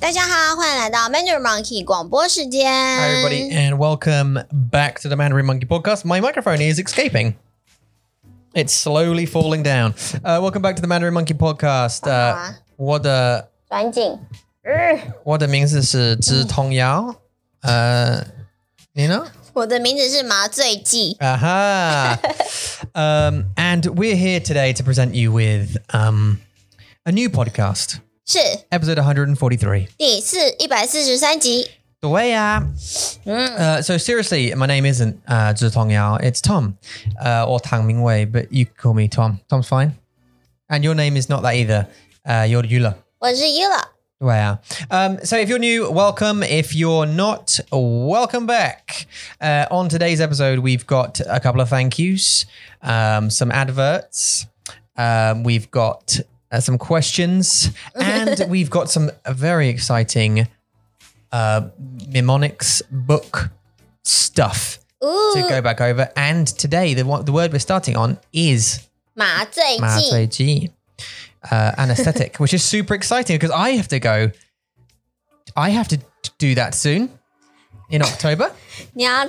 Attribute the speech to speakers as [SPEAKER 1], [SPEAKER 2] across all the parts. [SPEAKER 1] 大家好，欢迎来到 Mandarin Monkey 广播时间。
[SPEAKER 2] Hi, everybody, and welcome back to the Mandarin Monkey podcast. My microphone is escaping. It's slowly falling down. Uh, welcome back to the Mandarin Monkey podcast. Uh, 我的-
[SPEAKER 1] 转景，
[SPEAKER 2] uh, 我的名字是知通瑶。呃，你呢？
[SPEAKER 1] 我的名字是麻醉剂。
[SPEAKER 2] Aha. um, and we're here today to present you with um, a new podcast,
[SPEAKER 1] 是
[SPEAKER 2] episode 143.
[SPEAKER 1] 第四一百四十三集。
[SPEAKER 2] The way uh,
[SPEAKER 1] 嗯，
[SPEAKER 2] Uh, so seriously, my name isn't uh, Zhi Tong Yao. It's Tom, uh, or Tang Ming Wei, but you can call me Tom. Tom's fine. And your name is not that either. Uh, you're Yula.
[SPEAKER 1] 我是 Yula。
[SPEAKER 2] Wow. Um, so if you're new, welcome. If you're not, welcome back. Uh, on today's episode, we've got a couple of thank yous, um, some adverts, um, we've got uh, some questions, and we've got some very exciting uh, mnemonics book stuff
[SPEAKER 1] 呜
[SPEAKER 2] to，go back over. And today, the, one- the word we're starting on is
[SPEAKER 1] 麻醉剂。
[SPEAKER 2] 麻醉剂, uh, anesthetic, which is super exciting because I have to go. I have to do that soon in October.
[SPEAKER 1] 你要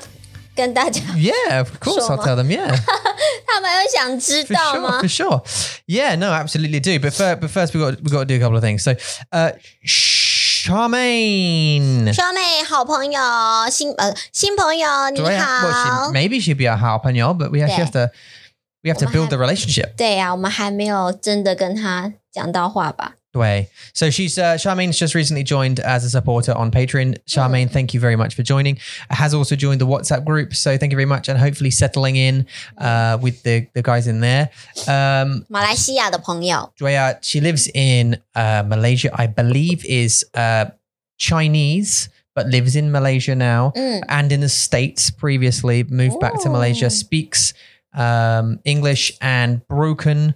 [SPEAKER 1] 跟大家，
[SPEAKER 2] Yeah, of course. I'll
[SPEAKER 1] Sure.
[SPEAKER 2] tell them. Yeah,
[SPEAKER 1] 他们有想知
[SPEAKER 2] for
[SPEAKER 1] 道
[SPEAKER 2] sure,
[SPEAKER 1] 吗
[SPEAKER 2] for？sure. Yeah, no, absolutely do. But, fir- but first, we've got, we've got to do a couple of things. So, uh, Charmaine.
[SPEAKER 1] 双妹，好朋友，新呃新朋友，你
[SPEAKER 2] Do I have- well,
[SPEAKER 1] 好
[SPEAKER 2] she,。maybe she'd be a jalapeno, but we actually
[SPEAKER 1] Yeah.
[SPEAKER 2] have to we have to
[SPEAKER 1] Well, I
[SPEAKER 2] build the
[SPEAKER 1] have-
[SPEAKER 2] relationship.
[SPEAKER 1] 对啊呀、我们还没有真的跟他讲到话吧？
[SPEAKER 2] way. So she's uh, Charmaine's just recently joined as a supporter on Patreon. Charmaine, thank you very much for joining. Has also joined the WhatsApp group, so thank you very much, and hopefully settling in uh, with the the guys in there. Um,
[SPEAKER 1] 马来西亚的朋友，
[SPEAKER 2] Joya, she lives in uh, Malaysia, I believe, is uh, Chinese, but lives in Malaysia now
[SPEAKER 1] 嗯，
[SPEAKER 2] and in the states previously moved back to malaysia
[SPEAKER 1] Oh.
[SPEAKER 2] speaks um, english and broken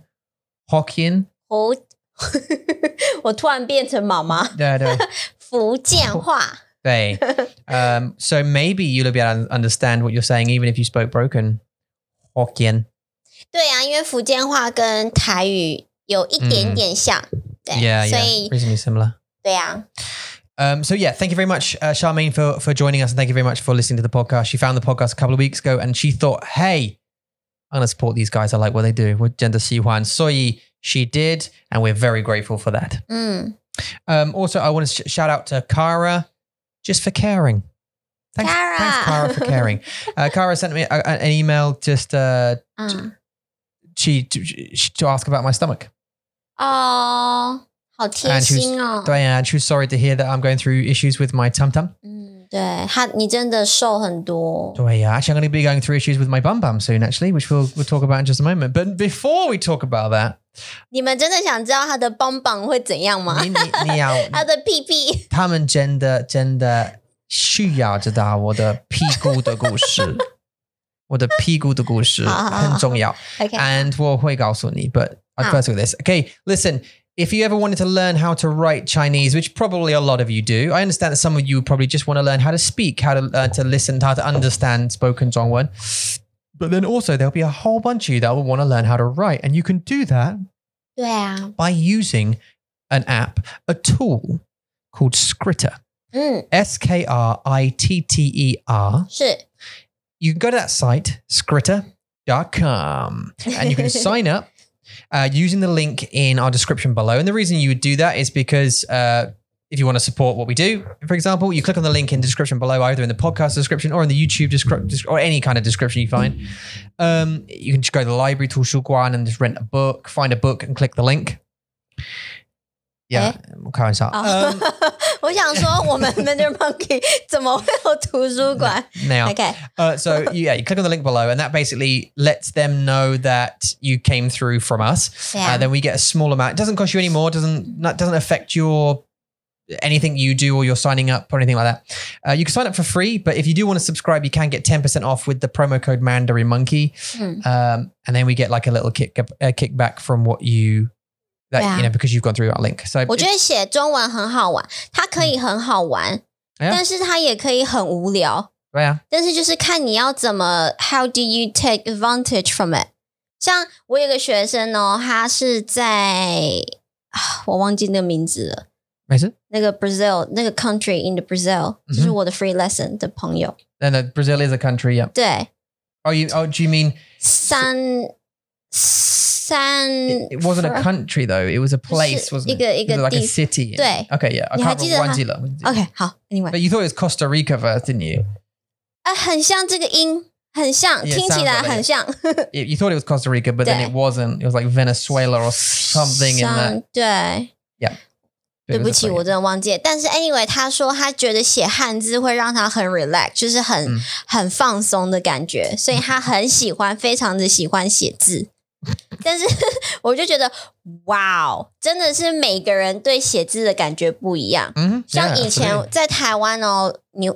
[SPEAKER 2] hokkien
[SPEAKER 1] 福， 我突然变成妈妈，
[SPEAKER 2] no, no,
[SPEAKER 1] 福建话。
[SPEAKER 2] They. um, so maybe you'll be able to understand what you're saying, even if you spoke broken Hokkien.
[SPEAKER 1] 对啊，因为福建话跟台语有一点点像，对
[SPEAKER 2] 嗯 Yeah,
[SPEAKER 1] 所
[SPEAKER 2] yeah,
[SPEAKER 1] 以
[SPEAKER 2] reasonably similar.
[SPEAKER 1] 对啊，
[SPEAKER 2] Um, so yeah, thank you very much, uh, Charmaine, for for joining us, and thank you very much for listening to the podcast. She found the podcast a couple of weeks ago, and she thought, "Hey, I'm gonna support these guys. I like what they do." With gender Sihuan, so ye- she did, and we're very grateful for that.
[SPEAKER 1] 嗯
[SPEAKER 2] Um, also, I want to sh- shout out to Kara just for caring. Thanks,
[SPEAKER 1] Kara.
[SPEAKER 2] thanks, Kara, for caring. Uh, Kara sent me a, a- an email just uh,
[SPEAKER 1] 嗯，
[SPEAKER 2] she to, she- to ask about my stomach.
[SPEAKER 1] 哦，好贴
[SPEAKER 2] And she was-
[SPEAKER 1] 心哦，
[SPEAKER 2] Diane, she was sorry to hear that I'm going through issues with my tum tum.
[SPEAKER 1] 嗯，对他，你真的瘦很多，
[SPEAKER 2] Oh, Actually, I'm going to be going through issues with my bum bum soon, actually, which we'll we'll talk about in just a moment. But before we talk about that,
[SPEAKER 1] 你们真的想知道他的棒棒会怎样吗？
[SPEAKER 2] 你-你-你要-
[SPEAKER 1] 他的屁 屁，
[SPEAKER 2] 他们 gender gender 需要知道我的屁股的故事，我的屁股的故事
[SPEAKER 1] 好，好，好。
[SPEAKER 2] 很重要。
[SPEAKER 1] OK，
[SPEAKER 2] and 我会告诉你, but I'd
[SPEAKER 1] Ah.
[SPEAKER 2] first look at this. Okay, listen. If you ever wanted to learn how to write Chinese, which probably a lot of you do, I understand that some of you probably just want to learn how to speak, how to learn to listen, how to understand spoken Zhongwen. But then also there'll be a whole bunch of you that will want to learn how to write, and you can do that
[SPEAKER 1] 对啊，
[SPEAKER 2] by using an app, a tool called Scritter,
[SPEAKER 1] 嗯，
[SPEAKER 2] S K R I T T E R
[SPEAKER 1] 是
[SPEAKER 2] you can go to that site, scritter.com, and you can sign up uh, using the link in our description below. And the reason you would do that is because uh, if you want to support what we do, for example, you click on the link in the description below, either in the podcast description or in the YouTube description or any kind of description you find. Um, you can just go to the library, to Guan, and just rent a book, find a book, and click the link. Yeah. Okay, so,
[SPEAKER 1] 哦
[SPEAKER 2] um,
[SPEAKER 1] 我想说我 们 Mandarin Monkey 怎么会有图书馆
[SPEAKER 2] now,
[SPEAKER 1] ？OK，
[SPEAKER 2] Uh, so yeah, you click on the link below, and that basically lets them know that you came through from us.
[SPEAKER 1] Yeah.
[SPEAKER 2] Uh, then we get a small amount. It doesn't cost you any more. Doesn't not, doesn't affect your anything you do or your signing up or anything like that. Uh, you can sign up for free, but if you do want to subscribe, you can get ten percent off with the promo code Mandarin Monkey,
[SPEAKER 1] 嗯，
[SPEAKER 2] um, and then we get like a little kick a kickback from what you that
[SPEAKER 1] Yeah.
[SPEAKER 2] you know because you've gone through our link. So
[SPEAKER 1] 我觉得写中文很好玩，它可以很好玩，
[SPEAKER 2] 哎呀
[SPEAKER 1] 但是它也可以很无聊。
[SPEAKER 2] yeah,
[SPEAKER 1] 但是就是看你要怎么，How do you take advantage from it？像我有个学生哦，他是在啊我忘记那个名字了，
[SPEAKER 2] 没事。
[SPEAKER 1] 那个 Brazil 那个 country in the Brazil，、
[SPEAKER 2] 嗯哼
[SPEAKER 1] 就是我的 free lesson 的朋友。
[SPEAKER 2] No, no, uh, Brazil is a country. Yeah.
[SPEAKER 1] 对，
[SPEAKER 2] Oh, you? Oh, do you mean
[SPEAKER 1] 三三
[SPEAKER 2] it, it wasn't a country though? It was a place,
[SPEAKER 1] 就是
[SPEAKER 2] wasn't it?
[SPEAKER 1] 一个-
[SPEAKER 2] It
[SPEAKER 1] 一个
[SPEAKER 2] was like a
[SPEAKER 1] 地-
[SPEAKER 2] city.
[SPEAKER 1] 对
[SPEAKER 2] Okay. Yeah. I
[SPEAKER 1] 你
[SPEAKER 2] can't
[SPEAKER 1] 还记得
[SPEAKER 2] remember.
[SPEAKER 1] 它
[SPEAKER 2] One Zilla.
[SPEAKER 1] OK 好，Anyway，
[SPEAKER 2] But you thought it was Costa Rica first, didn't you?
[SPEAKER 1] 啊，很像这个音，很像
[SPEAKER 2] Yeah,
[SPEAKER 1] 听起
[SPEAKER 2] sounds
[SPEAKER 1] 来
[SPEAKER 2] like
[SPEAKER 1] 很
[SPEAKER 2] it.
[SPEAKER 1] 像
[SPEAKER 2] You- You thought it was Costa Rica, but then
[SPEAKER 1] Yeah.
[SPEAKER 2] it wasn't. It was like Venezuela or 哦 something in
[SPEAKER 1] 像
[SPEAKER 2] that.
[SPEAKER 1] 对。
[SPEAKER 2] but
[SPEAKER 1] 对
[SPEAKER 2] it
[SPEAKER 1] 不
[SPEAKER 2] was a
[SPEAKER 1] 起，我
[SPEAKER 2] place.
[SPEAKER 1] 真的忘记了。但是 anyway，他说他觉得写汉字会让他很 relax，就是很、
[SPEAKER 2] 嗯
[SPEAKER 1] 很放松的感觉，所以他很喜欢，非常的喜欢写字。但是 我就觉得，哇哦，真的是每个人对写字的感觉不一样。
[SPEAKER 2] Mhm,
[SPEAKER 1] 像
[SPEAKER 2] yeah,
[SPEAKER 1] 以
[SPEAKER 2] absolutely.
[SPEAKER 1] 前在台湾哦，你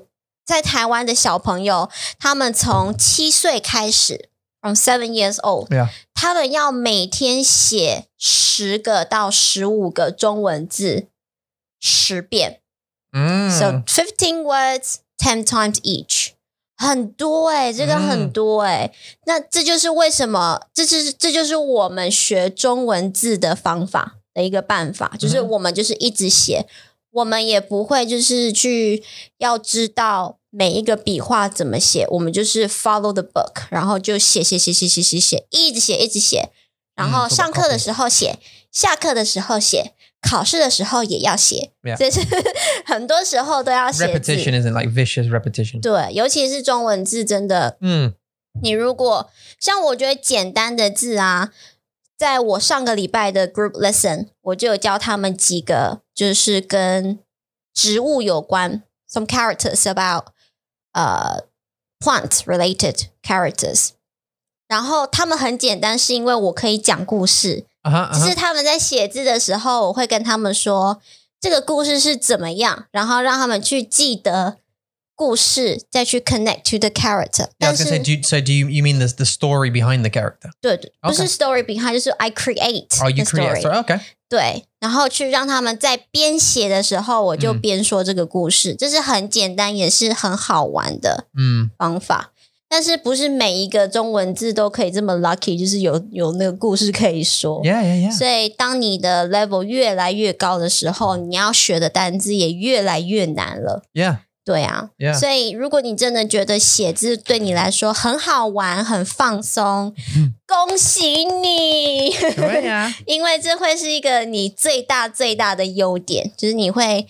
[SPEAKER 1] 在台湾的小朋友，他们从七岁开始，from seven years old，
[SPEAKER 2] Yeah.
[SPEAKER 1] 他们要每天写十个到十五个中文字十遍、
[SPEAKER 2] Mm.
[SPEAKER 1] s o fifteen words ten times each，很多哎、这个
[SPEAKER 2] 嗯
[SPEAKER 1] 很多哎、那这就是为什么，这就是这就是我们学中文字的方法的一个办法，就是
[SPEAKER 2] 嗯
[SPEAKER 1] 我们就是一直写，我们也不会就是去要知道每一个笔画怎么写，我们就是 follow the book，然后就写写写写写写写，一直写一直写，然后
[SPEAKER 2] 嗯做个
[SPEAKER 1] 上课的
[SPEAKER 2] copy
[SPEAKER 1] 时候写，下课的时候写，考试的时候也要写
[SPEAKER 2] Yeah，
[SPEAKER 1] 这是 很多时候都要写字。
[SPEAKER 2] repetition isn't like vicious repetition.
[SPEAKER 1] 对，尤其是中文字，真的
[SPEAKER 2] Mm.
[SPEAKER 1] 你如果像我觉得简单的字啊，在我上个礼拜的 group lesson，我就有教他们几个就是跟植物有关，some characters about 呃、plant related characters。然后他们很简单，是因为我可以讲故事，
[SPEAKER 2] Uh-huh,
[SPEAKER 1] 只
[SPEAKER 2] uh-huh.
[SPEAKER 1] 是他们在写字的时候，我会跟他们说这个故事是怎么样，然后让他们去记得故事，再去 connect to the character。
[SPEAKER 2] Yeah, I
[SPEAKER 1] 但
[SPEAKER 2] was
[SPEAKER 1] 是
[SPEAKER 2] gonna say, do you, so do you, you mean the, the story behind the character?
[SPEAKER 1] 对对，不
[SPEAKER 2] OK
[SPEAKER 1] 是 story behind，就是 I create
[SPEAKER 2] Oh,
[SPEAKER 1] the
[SPEAKER 2] you create a story. Okay.
[SPEAKER 1] 对，然后去让他们在编写的时候，我就
[SPEAKER 2] 嗯
[SPEAKER 1] 边说这个故事，这是很简单，也是很好玩的
[SPEAKER 2] Mm.
[SPEAKER 1] 方法。但是不是每一个中文字都可以这么 lucky，就是有有那个故事可以说。
[SPEAKER 2] Yeah, yeah, yeah.
[SPEAKER 1] 所以，当你的 level 越来越高的时候，
[SPEAKER 2] Mm.
[SPEAKER 1] 你要学的单字也越来越难了。
[SPEAKER 2] Yeah,
[SPEAKER 1] 对啊，
[SPEAKER 2] yeah.
[SPEAKER 1] 所以，如果你真的觉得写字对你来说很好玩、很放松
[SPEAKER 2] 嗯，
[SPEAKER 1] 恭喜你，
[SPEAKER 2] Right, yeah.
[SPEAKER 1] 因为这会是一个你最大最大的优点，就是你会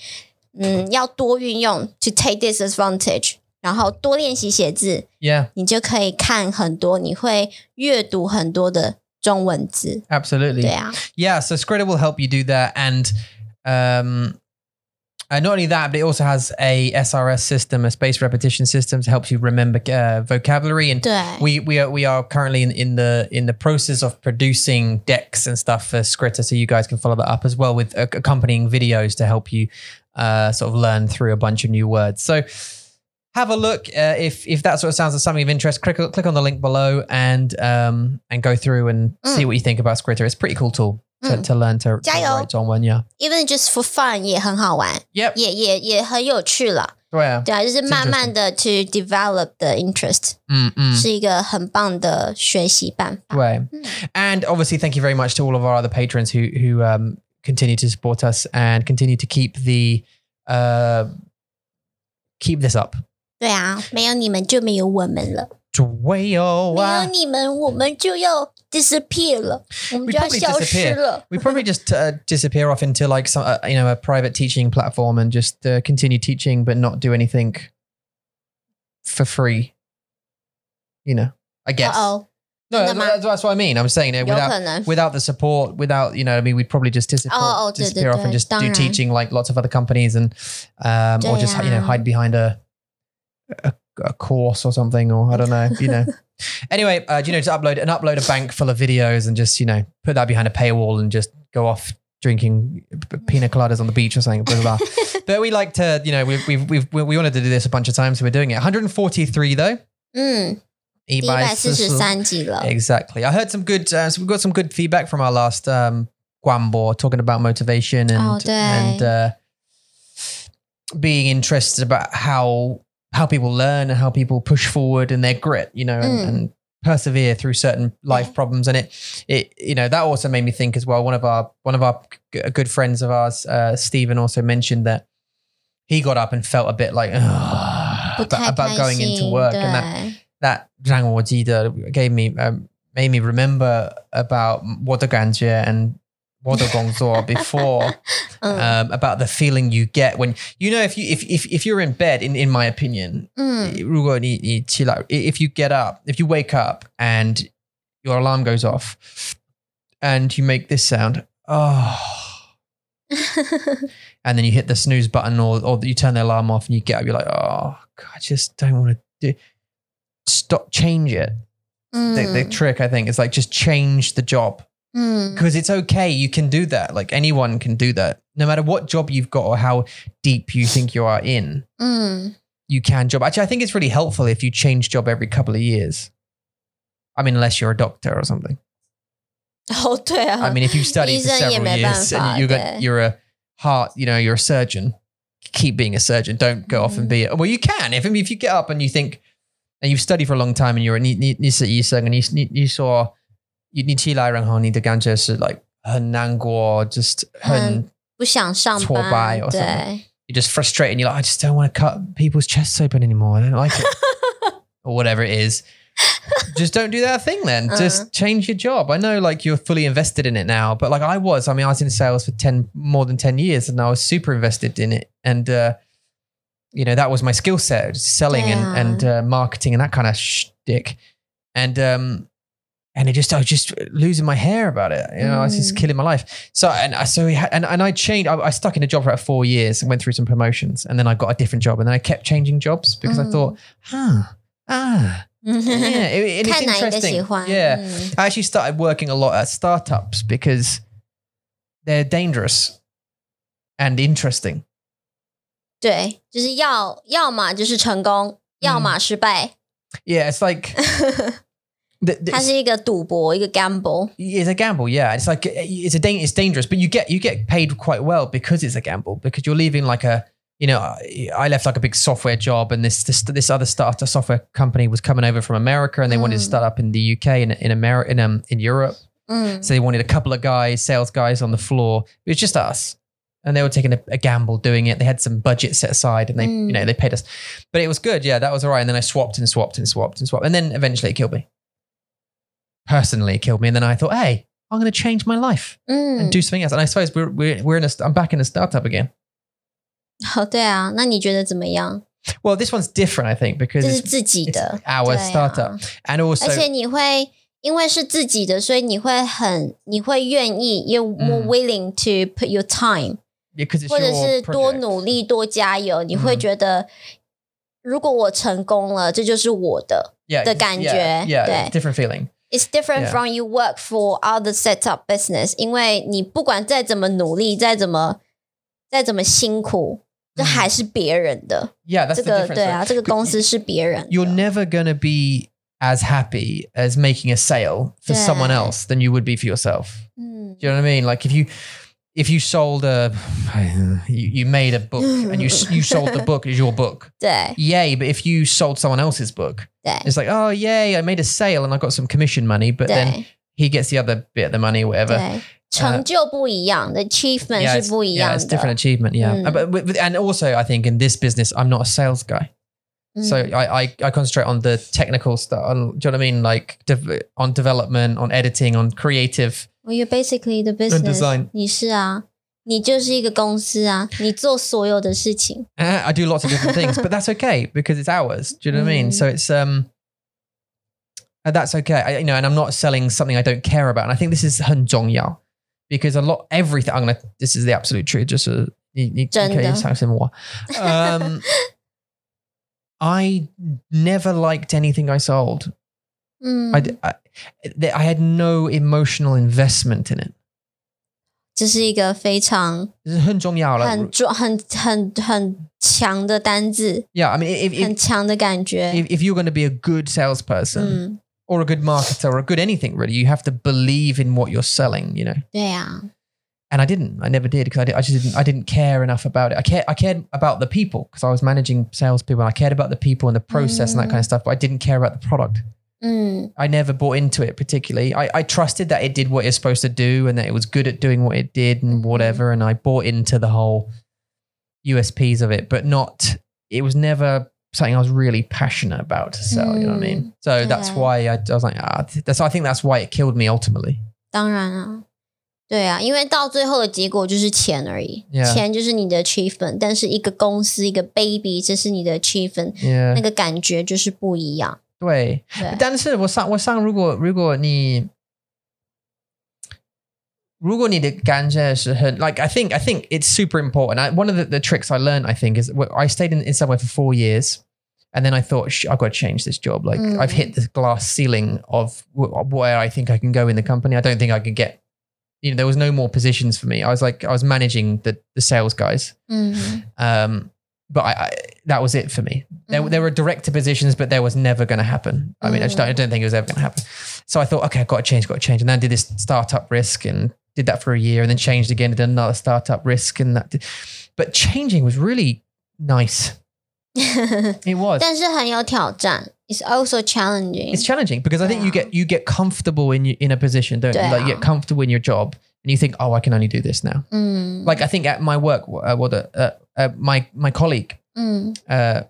[SPEAKER 1] 嗯要多运用 to take this advantage，然后多练习写字，
[SPEAKER 2] Yeah,
[SPEAKER 1] 你就可以看很多，你会阅读很多的中文字。
[SPEAKER 2] absolutely.
[SPEAKER 1] 对啊，
[SPEAKER 2] Yeah, so Scritter will help you do that, and um, and not only that, but it also has a SRS system, a spaced repetition system, to help you remember uh, vocabulary. And
[SPEAKER 1] 对，
[SPEAKER 2] we we are we are currently in, in the in the process of producing decks and stuff for Scritter, so you guys can follow that up as well with ac- accompanying videos to help you uh, sort of learn through a bunch of new words. So. Have a look uh, if if that sort of sounds like something of interest. Click click on the link below and um and go through and
[SPEAKER 1] Mm.
[SPEAKER 2] see what you think about Scritter. It's a pretty cool tool to,
[SPEAKER 1] 嗯
[SPEAKER 2] to learn to, to
[SPEAKER 1] 加油。
[SPEAKER 2] write 中文 yeah.
[SPEAKER 1] ，even just for fun 也很好玩，
[SPEAKER 2] Yep.
[SPEAKER 1] 也也也很有趣了。
[SPEAKER 2] 对啊。
[SPEAKER 1] 对啊，就是慢慢的 to develop the interest，、
[SPEAKER 2] 嗯，嗯，
[SPEAKER 1] 是一个很棒的学习办法。
[SPEAKER 2] 对。And obviously thank you very much to all of our other patrons who who um continue to support us and continue to keep the uh keep this up.
[SPEAKER 1] 对啊，没有你们就没有我们了，没有
[SPEAKER 2] We
[SPEAKER 1] 你们我们就要 disappear 了，我们
[SPEAKER 2] We
[SPEAKER 1] 就要
[SPEAKER 2] probably
[SPEAKER 1] 消失了。
[SPEAKER 2] probably just uh, disappear off into like some uh, you know a private teaching platform and just uh, continue teaching but not do anything for free. You know, I guess.
[SPEAKER 1] 哦，
[SPEAKER 2] No,
[SPEAKER 1] Never
[SPEAKER 2] that's, that's what I mean. I'm saying you know,
[SPEAKER 1] 有
[SPEAKER 2] without
[SPEAKER 1] 可能，
[SPEAKER 2] without the support, without you know, I mean, we'd probably just disappear,
[SPEAKER 1] Oh, oh,
[SPEAKER 2] disappear off and just do
[SPEAKER 1] 对，对，对，当然。
[SPEAKER 2] teaching like lots of other companies, and um, or just you know
[SPEAKER 1] 对啊。
[SPEAKER 2] hide behind a, a a course or something, or I don't know, you know. anyway, uh, you know, just upload and upload a bank full of videos and just you know put that behind a paywall and just go off drinking p- pina coladas on the beach or something. Blah, blah, blah. but we like to, you know, we've, we've, we've, we we wanted to do this a bunch of times, so we're doing it. 143 though.
[SPEAKER 1] 嗯，
[SPEAKER 2] E
[SPEAKER 1] 一百四十三集了，
[SPEAKER 2] Exactly. I heard some good. Uh, so we got some good feedback from our last um, Guambo talking about motivation and
[SPEAKER 1] Oh, dang.
[SPEAKER 2] and uh, being interested about how how people learn and how people push forward and their grit. You know, and,
[SPEAKER 1] Mm.
[SPEAKER 2] and persevere through certain life problems and it it you know that also made me think as well one of our one of our g- good friends of ours uh Stephen also mentioned that he got up and felt a bit like "Ugh,"
[SPEAKER 1] 不太
[SPEAKER 2] about,
[SPEAKER 1] 开
[SPEAKER 2] about
[SPEAKER 1] 心。
[SPEAKER 2] going into work and that
[SPEAKER 1] 对
[SPEAKER 2] that 让我记得 uh, gave me um, made me remember about 我的感觉 and 我的工作 before
[SPEAKER 1] 嗯
[SPEAKER 2] um, about the feeling you get when you know if you if if, if you're in bed in in my opinion
[SPEAKER 1] 嗯
[SPEAKER 2] mm. if you get up if you wake up and your alarm goes off and you make this sound oh and then you hit the snooze button or, or you turn the alarm off and you get up you're like oh god i just don't want to do stop change it
[SPEAKER 1] 嗯
[SPEAKER 2] the, the trick i think is like just change the job
[SPEAKER 1] 嗯
[SPEAKER 2] because it's okay you can do that like anyone can do that no matter what job you've got or how deep you think you are in
[SPEAKER 1] 嗯
[SPEAKER 2] you can job actually i think it's really helpful if you change job every couple of years i mean unless you're a doctor or something
[SPEAKER 1] 哦对啊
[SPEAKER 2] i mean if you've studied for
[SPEAKER 1] Reason you
[SPEAKER 2] several
[SPEAKER 1] may
[SPEAKER 2] years
[SPEAKER 1] ban
[SPEAKER 2] and you
[SPEAKER 1] for
[SPEAKER 2] got
[SPEAKER 1] the-
[SPEAKER 2] you're a heart you know you're a surgeon keep being a surgeon don't go off and be a, well you can if if you get up and you think and you've studied for a long time and you're a ni- ni- 你是医生 and you s- 你-你说 you need to lie around the ganja so like 很难过 just 很
[SPEAKER 1] 不想上
[SPEAKER 2] 挫败
[SPEAKER 1] 班，
[SPEAKER 2] or
[SPEAKER 1] 对
[SPEAKER 2] you're just frustrated and you're like, I just don't want to cut people's chests open anymore. I don't like it. or whatever it is. just don't do that thing then.
[SPEAKER 1] Uh-huh.
[SPEAKER 2] Just change your job. I know like you're fully invested in it now, but like I was, I mean, I was in sales for 10, more than 10 years and I was super invested in it. And, uh, you know, that was my skill set, selling
[SPEAKER 1] Yeah.
[SPEAKER 2] and, and uh, marketing and that kind of shtick. And, um, and it just, I was just losing my hair about it. You know, I was just
[SPEAKER 1] Mm.
[SPEAKER 2] killing my life. So, and I, so, we had, and, and I changed, I, I stuck in a job for about four years and went through some promotions and then I got a different job and then I kept changing jobs because I
[SPEAKER 1] Mm.
[SPEAKER 2] thought, huh, ah, yeah, it, and it's
[SPEAKER 1] 嗯看哪一个喜
[SPEAKER 2] interesting.
[SPEAKER 1] 欢，
[SPEAKER 2] Yeah.
[SPEAKER 1] 嗯
[SPEAKER 2] I actually started working a lot at startups because they're dangerous and interesting.
[SPEAKER 1] 对，就是要要么就是成
[SPEAKER 2] 嗯
[SPEAKER 1] 功，要么失败，
[SPEAKER 2] Yeah, it's like the, the-
[SPEAKER 1] 它是一个赌博，一个 gamble，
[SPEAKER 2] it's a gamble. Yeah, it's like it's a dang, it's dangerous, but you get you get paid quite well because it's a gamble because you're leaving like a you know I- I left like a big software job and this this this other startup software company was coming over from America and they wanted to
[SPEAKER 1] Mm.
[SPEAKER 2] start up in the UK and in America in um in Europe.
[SPEAKER 1] 嗯
[SPEAKER 2] So they wanted a couple of guys, sales guys on the floor. It was just us. And they were taking a, a gamble doing it. They had some budget set aside and they,
[SPEAKER 1] Mm.
[SPEAKER 2] you know, they paid us. But it was good. Yeah, that was all right. And then I swapped and swapped and swapped and swapped. And then eventually it killed me. Personally, it killed me. And then I thought, hey, I'm going to change my life
[SPEAKER 1] 嗯
[SPEAKER 2] and，do something else. And I suppose we're, we're, we're in a, st- I'm back in a startup again.
[SPEAKER 1] 好，对啊，那你觉得怎么样？
[SPEAKER 2] Well, this one's different, I think,
[SPEAKER 1] 这
[SPEAKER 2] because
[SPEAKER 1] 是
[SPEAKER 2] it's,
[SPEAKER 1] 自己
[SPEAKER 2] it's
[SPEAKER 1] 的，
[SPEAKER 2] our
[SPEAKER 1] 对
[SPEAKER 2] startup.
[SPEAKER 1] 啊，
[SPEAKER 2] And also,
[SPEAKER 1] 而且你会因为是自己的，所以你会很，你会愿意，you more
[SPEAKER 2] 嗯
[SPEAKER 1] willing to put your time。
[SPEAKER 2] because it's
[SPEAKER 1] 或者
[SPEAKER 2] your
[SPEAKER 1] 是多
[SPEAKER 2] project.
[SPEAKER 1] 努力、多加油，你会
[SPEAKER 2] 嗯
[SPEAKER 1] 觉得，如果我成功了，这就是我的。
[SPEAKER 2] Yeah,
[SPEAKER 1] the 感觉，
[SPEAKER 2] yeah, yeah,
[SPEAKER 1] 对。
[SPEAKER 2] different feeling.
[SPEAKER 1] It's different
[SPEAKER 2] Yeah.
[SPEAKER 1] from you work for other set up business，因为你不管再怎么努力，再怎么再怎么辛苦，这
[SPEAKER 2] 嗯
[SPEAKER 1] 还是别人的。
[SPEAKER 2] Yeah, that's
[SPEAKER 1] 这
[SPEAKER 2] the
[SPEAKER 1] 个
[SPEAKER 2] difference.
[SPEAKER 1] 对
[SPEAKER 2] right?
[SPEAKER 1] 啊，这个公司是别人的。
[SPEAKER 2] you're never going to be as happy as making a sale for
[SPEAKER 1] Yeah.
[SPEAKER 2] someone else than you would be for yourself.
[SPEAKER 1] 嗯
[SPEAKER 2] Do you know what I mean? Like if you if you sold a you, you made a book and you you sold the book as your book.
[SPEAKER 1] 对
[SPEAKER 2] Yay, but if you sold someone else's book,
[SPEAKER 1] 对
[SPEAKER 2] it's like, "Oh, yay, I made a sale and I got some commission money, but then
[SPEAKER 1] 对
[SPEAKER 2] he gets the other bit of the money or whatever."
[SPEAKER 1] 对，成就不一样的
[SPEAKER 2] Yeah,
[SPEAKER 1] achievement 是
[SPEAKER 2] it's,
[SPEAKER 1] 不一
[SPEAKER 2] yeah,
[SPEAKER 1] 样
[SPEAKER 2] it's
[SPEAKER 1] 的
[SPEAKER 2] different。achievement. Yeah,
[SPEAKER 1] Mm.
[SPEAKER 2] but, but- and also I think in this business, I'm not a sales guy.
[SPEAKER 1] 嗯
[SPEAKER 2] So I, I I concentrate on the technical stuff. On, do you know what I mean? Like dev- on development, on editing, on creative.
[SPEAKER 1] Well, you're basically the
[SPEAKER 2] And
[SPEAKER 1] business.
[SPEAKER 2] design.
[SPEAKER 1] 你是啊，你就是一个公司啊，你做所有的事情。
[SPEAKER 2] Uh, I do lots of different things, but that's okay because it's ours. Do you know what I mean?
[SPEAKER 1] Mm.
[SPEAKER 2] So it's um, uh, that's okay. I, you know, and I'm not selling something I don't care about. And I think this is 很重要 because a lot everything. I'm gonna. This is the absolute truth. Just uh, you, you, you
[SPEAKER 1] 真的。
[SPEAKER 2] more. Um, I never liked anything I sold.
[SPEAKER 1] 嗯，
[SPEAKER 2] I, d- I- th- I had no emotional investment in it.
[SPEAKER 1] 这是一个非常
[SPEAKER 2] This is 很重要, like,
[SPEAKER 1] 很重、很很很强的单字，
[SPEAKER 2] yeah, I mean, if, if,
[SPEAKER 1] 很强的感觉。
[SPEAKER 2] if, if you're going to be a good salesperson
[SPEAKER 1] 嗯，
[SPEAKER 2] or a good marketer or a good anything, really, you have to believe in what you're selling, you know?
[SPEAKER 1] 对啊，
[SPEAKER 2] And I didn't, I never did because I, did, I just didn't, I didn't care enough about it. I cared, I cared about the people because I was managing salespeople and I cared about the people and the process and that
[SPEAKER 1] Mm.
[SPEAKER 2] kind of stuff, but I didn't care about the product.
[SPEAKER 1] 嗯，
[SPEAKER 2] I never bought into it particularly. I, I trusted that it did what it's supposed to do and that it was good at doing what it did and whatever. And I bought into the whole USPs of it, but not, it was never something I was really passionate about to sell. You know what I mean? So that's
[SPEAKER 1] Yeah.
[SPEAKER 2] why I, I was like, ah, th- that's, I think that's why it killed me ultimately.
[SPEAKER 1] 当然啊，对啊，因为到最后的结果就是钱而已
[SPEAKER 2] Yeah
[SPEAKER 1] 钱就是你的 achievement，但是一个公司一个 baby，这是你的 achievement，、
[SPEAKER 2] Yeah.
[SPEAKER 1] 那个感觉就是不一样。
[SPEAKER 2] 对。
[SPEAKER 1] 对，
[SPEAKER 2] 但是我上我上，如果如果你如果你的感觉是很 like I think I think it's super important. I, one of the, the tricks I learned I think is wh- I stayed in, in somewhere for four years, and then I thought Sh- I've got to change this job. Like
[SPEAKER 1] Mm.
[SPEAKER 2] I've hit the glass ceiling of wh- where I think I can go in the company. I don't think I could get. You know, there was no more positions for me. I was like I was managing the the sales guys.
[SPEAKER 1] 嗯
[SPEAKER 2] Um, but I, I, that was it for me. There,
[SPEAKER 1] Mhm.
[SPEAKER 2] there were director positions, but there was never going to happen. I mean, I, just
[SPEAKER 1] Mm.
[SPEAKER 2] don't, I don't think it was ever going to happen. So I thought, okay, I've got to change, got to change. And then I did this startup risk and did that for a year and then changed again and did another startup risk. And that, did, but changing was really nice. It was.
[SPEAKER 1] 但是很有挑战。It's also challenging.
[SPEAKER 2] It's challenging because I think you
[SPEAKER 1] Yeah.
[SPEAKER 2] get, you get comfortable in, your, in a position, don't you? Like you
[SPEAKER 1] Yeah.
[SPEAKER 2] get comfortable in your job and you think, oh, I can only do this now.
[SPEAKER 1] 嗯，
[SPEAKER 2] Like I think at my work, uh, well, the, uh, uh, my, my colleague,
[SPEAKER 1] 嗯
[SPEAKER 2] uh,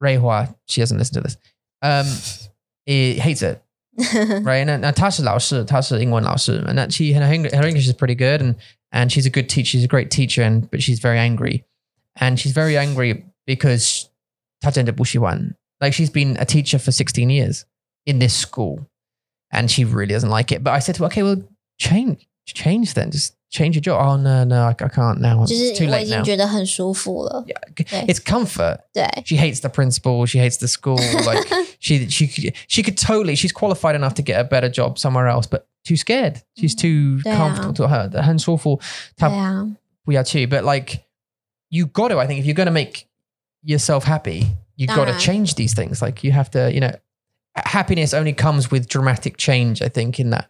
[SPEAKER 2] Ray Hua, she doesn't listen to this. Um, he hates it, right? And Natasha Lao Shi, Tasha Ingwen Lao Shi, and that she her, Eng- her English is pretty good, and and she's a good teacher, she's a great teacher, and but she's very angry, and she's very angry because Tajenda Bushiwan, like she's been a teacher for sixteen years in this school, and she really doesn't like it. But I said to her, okay, well, change, change then, just change your job. Oh no, no, I, I can't now.
[SPEAKER 1] 就
[SPEAKER 2] It's
[SPEAKER 1] 是
[SPEAKER 2] too
[SPEAKER 1] 我
[SPEAKER 2] late
[SPEAKER 1] 已
[SPEAKER 2] now.
[SPEAKER 1] 经觉得很舒服了。
[SPEAKER 2] It's comfort.
[SPEAKER 1] 对，
[SPEAKER 2] She hates the principal. She hates the school. 哦 Like she she could she could totally she's qualified enough to get a better job somewhere else, but too scared. She's too
[SPEAKER 1] Yeah.
[SPEAKER 2] comfortable to her. The hands awful
[SPEAKER 1] 对
[SPEAKER 2] 他
[SPEAKER 1] 啊，
[SPEAKER 2] we are too. But like you got to, I think, if you're gonna make yourself happy, you got to
[SPEAKER 1] Uh-huh.
[SPEAKER 2] change these things. Like you have to, you know, happiness only comes with dramatic change. I think in that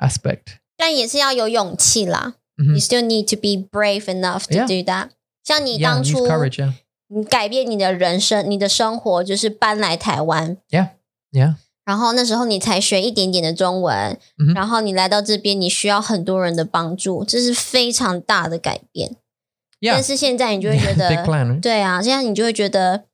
[SPEAKER 2] aspect.
[SPEAKER 1] 但也是要有勇气啦。
[SPEAKER 2] Mhm.
[SPEAKER 1] You still need to be brave enough to
[SPEAKER 2] Yeah.
[SPEAKER 1] do that。像你
[SPEAKER 2] Yeah,
[SPEAKER 1] 当
[SPEAKER 2] use
[SPEAKER 1] 初
[SPEAKER 2] courage. Yeah,
[SPEAKER 1] 你改变你的人生，你的生活就是搬来台湾。
[SPEAKER 2] Yeah, yeah.
[SPEAKER 1] 然后那时候你才学一点点的中文
[SPEAKER 2] 嗯哼
[SPEAKER 1] 然后你来到这边，你需要很多人的帮助，这是非常大的改变。但
[SPEAKER 2] yeah.
[SPEAKER 1] 是现在你就会觉
[SPEAKER 2] Big
[SPEAKER 1] 得，
[SPEAKER 2] plan. Right?
[SPEAKER 1] 对啊，现在你就会觉得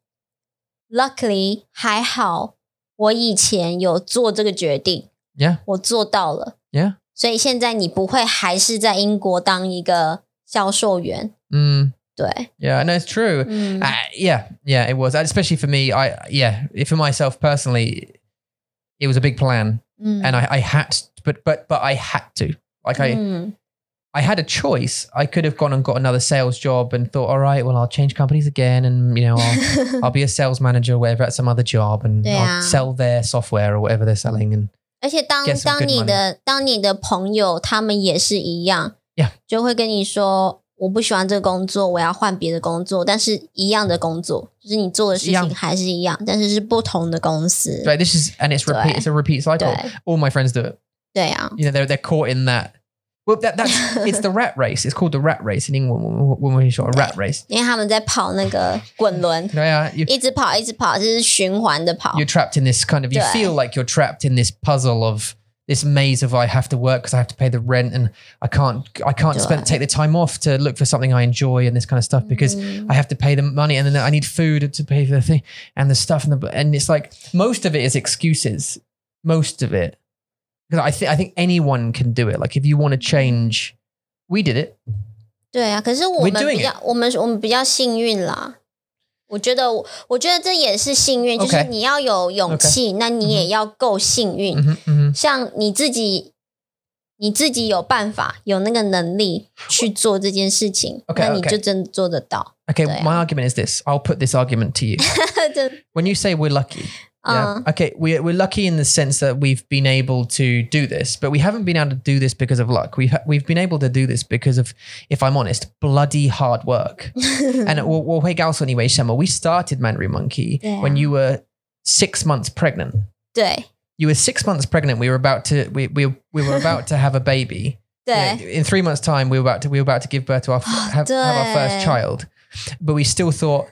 [SPEAKER 1] ，luckily 还好，我以前有做这个决定，
[SPEAKER 2] Yeah,
[SPEAKER 1] 我做到了。
[SPEAKER 2] yeah.
[SPEAKER 1] 所以现在你不会还是在英国当一个销售员，
[SPEAKER 2] Mm,
[SPEAKER 1] 对，
[SPEAKER 2] yeah, no, it's true.
[SPEAKER 1] 嗯
[SPEAKER 2] Uh, yeah, yeah, it was. And Especially for me, I yeah, for myself personally, it was a big plan,
[SPEAKER 1] 嗯
[SPEAKER 2] and I, I had, but but but I had to. Like I,
[SPEAKER 1] 嗯
[SPEAKER 2] I had a choice. I could have gone and got another sales job and thought, all right, well, I'll change companies again, and you know, I'll, I'll be a sales manager, or whatever, at some other job, and
[SPEAKER 1] Yeah.
[SPEAKER 2] I'll sell their software or whatever they're selling, and
[SPEAKER 1] 而且当
[SPEAKER 2] get some
[SPEAKER 1] 当
[SPEAKER 2] good
[SPEAKER 1] 你的当你的朋友他们也是一样
[SPEAKER 2] Yeah
[SPEAKER 1] 就会跟你说我不喜欢这个工作，我要换别的工作，但是一样的工作，就是你做的事
[SPEAKER 2] 一样
[SPEAKER 1] 情还是一样，但是是不同的公司，
[SPEAKER 2] right, this is and it's repeat,
[SPEAKER 1] Right.
[SPEAKER 2] it's a repeat
[SPEAKER 1] 对
[SPEAKER 2] cycle. All my friends do it.
[SPEAKER 1] 对啊，
[SPEAKER 2] you know they're they're caught in that. Well, that, that's it's the rat race. It's called the rat race in England when, when we shot a rat race.，
[SPEAKER 1] 因为他们在跑那个滚轮
[SPEAKER 2] Yeah, you,
[SPEAKER 1] 一直跑一直跑，就是循环的跑
[SPEAKER 2] you're，trapped in this kind of. You
[SPEAKER 1] Yeah.
[SPEAKER 2] feel like you're trapped in this puzzle of this maze of I have to work because I have to pay the rent and I can't I can't
[SPEAKER 1] Yeah.
[SPEAKER 2] spend take the time off to look for something I enjoy and this kind of stuff because
[SPEAKER 1] Mm.
[SPEAKER 2] I have to pay the money and then I need food to pay for the thing and the stuff and the and it's like most of it is excuses. Most of it. Because I think I think anyone can do it. Like if you want to change, we did it.
[SPEAKER 1] 对啊，可是我
[SPEAKER 2] We're
[SPEAKER 1] 们
[SPEAKER 2] doing
[SPEAKER 1] 比较，我们我们比较幸运啦。我觉得我，我觉得这也是幸运
[SPEAKER 2] OK
[SPEAKER 1] 就是你要有勇气那你也要够幸运。
[SPEAKER 2] Mhm, mhm.
[SPEAKER 1] 像你自己，你自己有办法，有那个能力去做这件事情
[SPEAKER 2] OK，
[SPEAKER 1] 那你
[SPEAKER 2] OK
[SPEAKER 1] 就真的做得到。
[SPEAKER 2] Okay,
[SPEAKER 1] So, yeah.
[SPEAKER 2] my argument is this. I'll put this argument to you.
[SPEAKER 1] 真，
[SPEAKER 2] when you say we're lucky,
[SPEAKER 1] 嗯
[SPEAKER 2] yeah, okay, we're, we're lucky in the sense that we've been able to do this, but we haven't been able to do this because of luck. We ha- we've been able to do this because of, if I'm honest, bloody hard work.
[SPEAKER 1] Hmm.
[SPEAKER 2] and at Wo- Wohe Gaosu anyway, Shema, we started Mandarin Monkey
[SPEAKER 1] Yeah.
[SPEAKER 2] when you were six months pregnant.
[SPEAKER 1] 对
[SPEAKER 2] You were six months pregnant. We were about to we we, we were about to have a baby.
[SPEAKER 1] 对
[SPEAKER 2] You know, in three months' time, we were about to we were about to give birth to our f- have, have our
[SPEAKER 1] Dang.
[SPEAKER 2] first child, but we still thought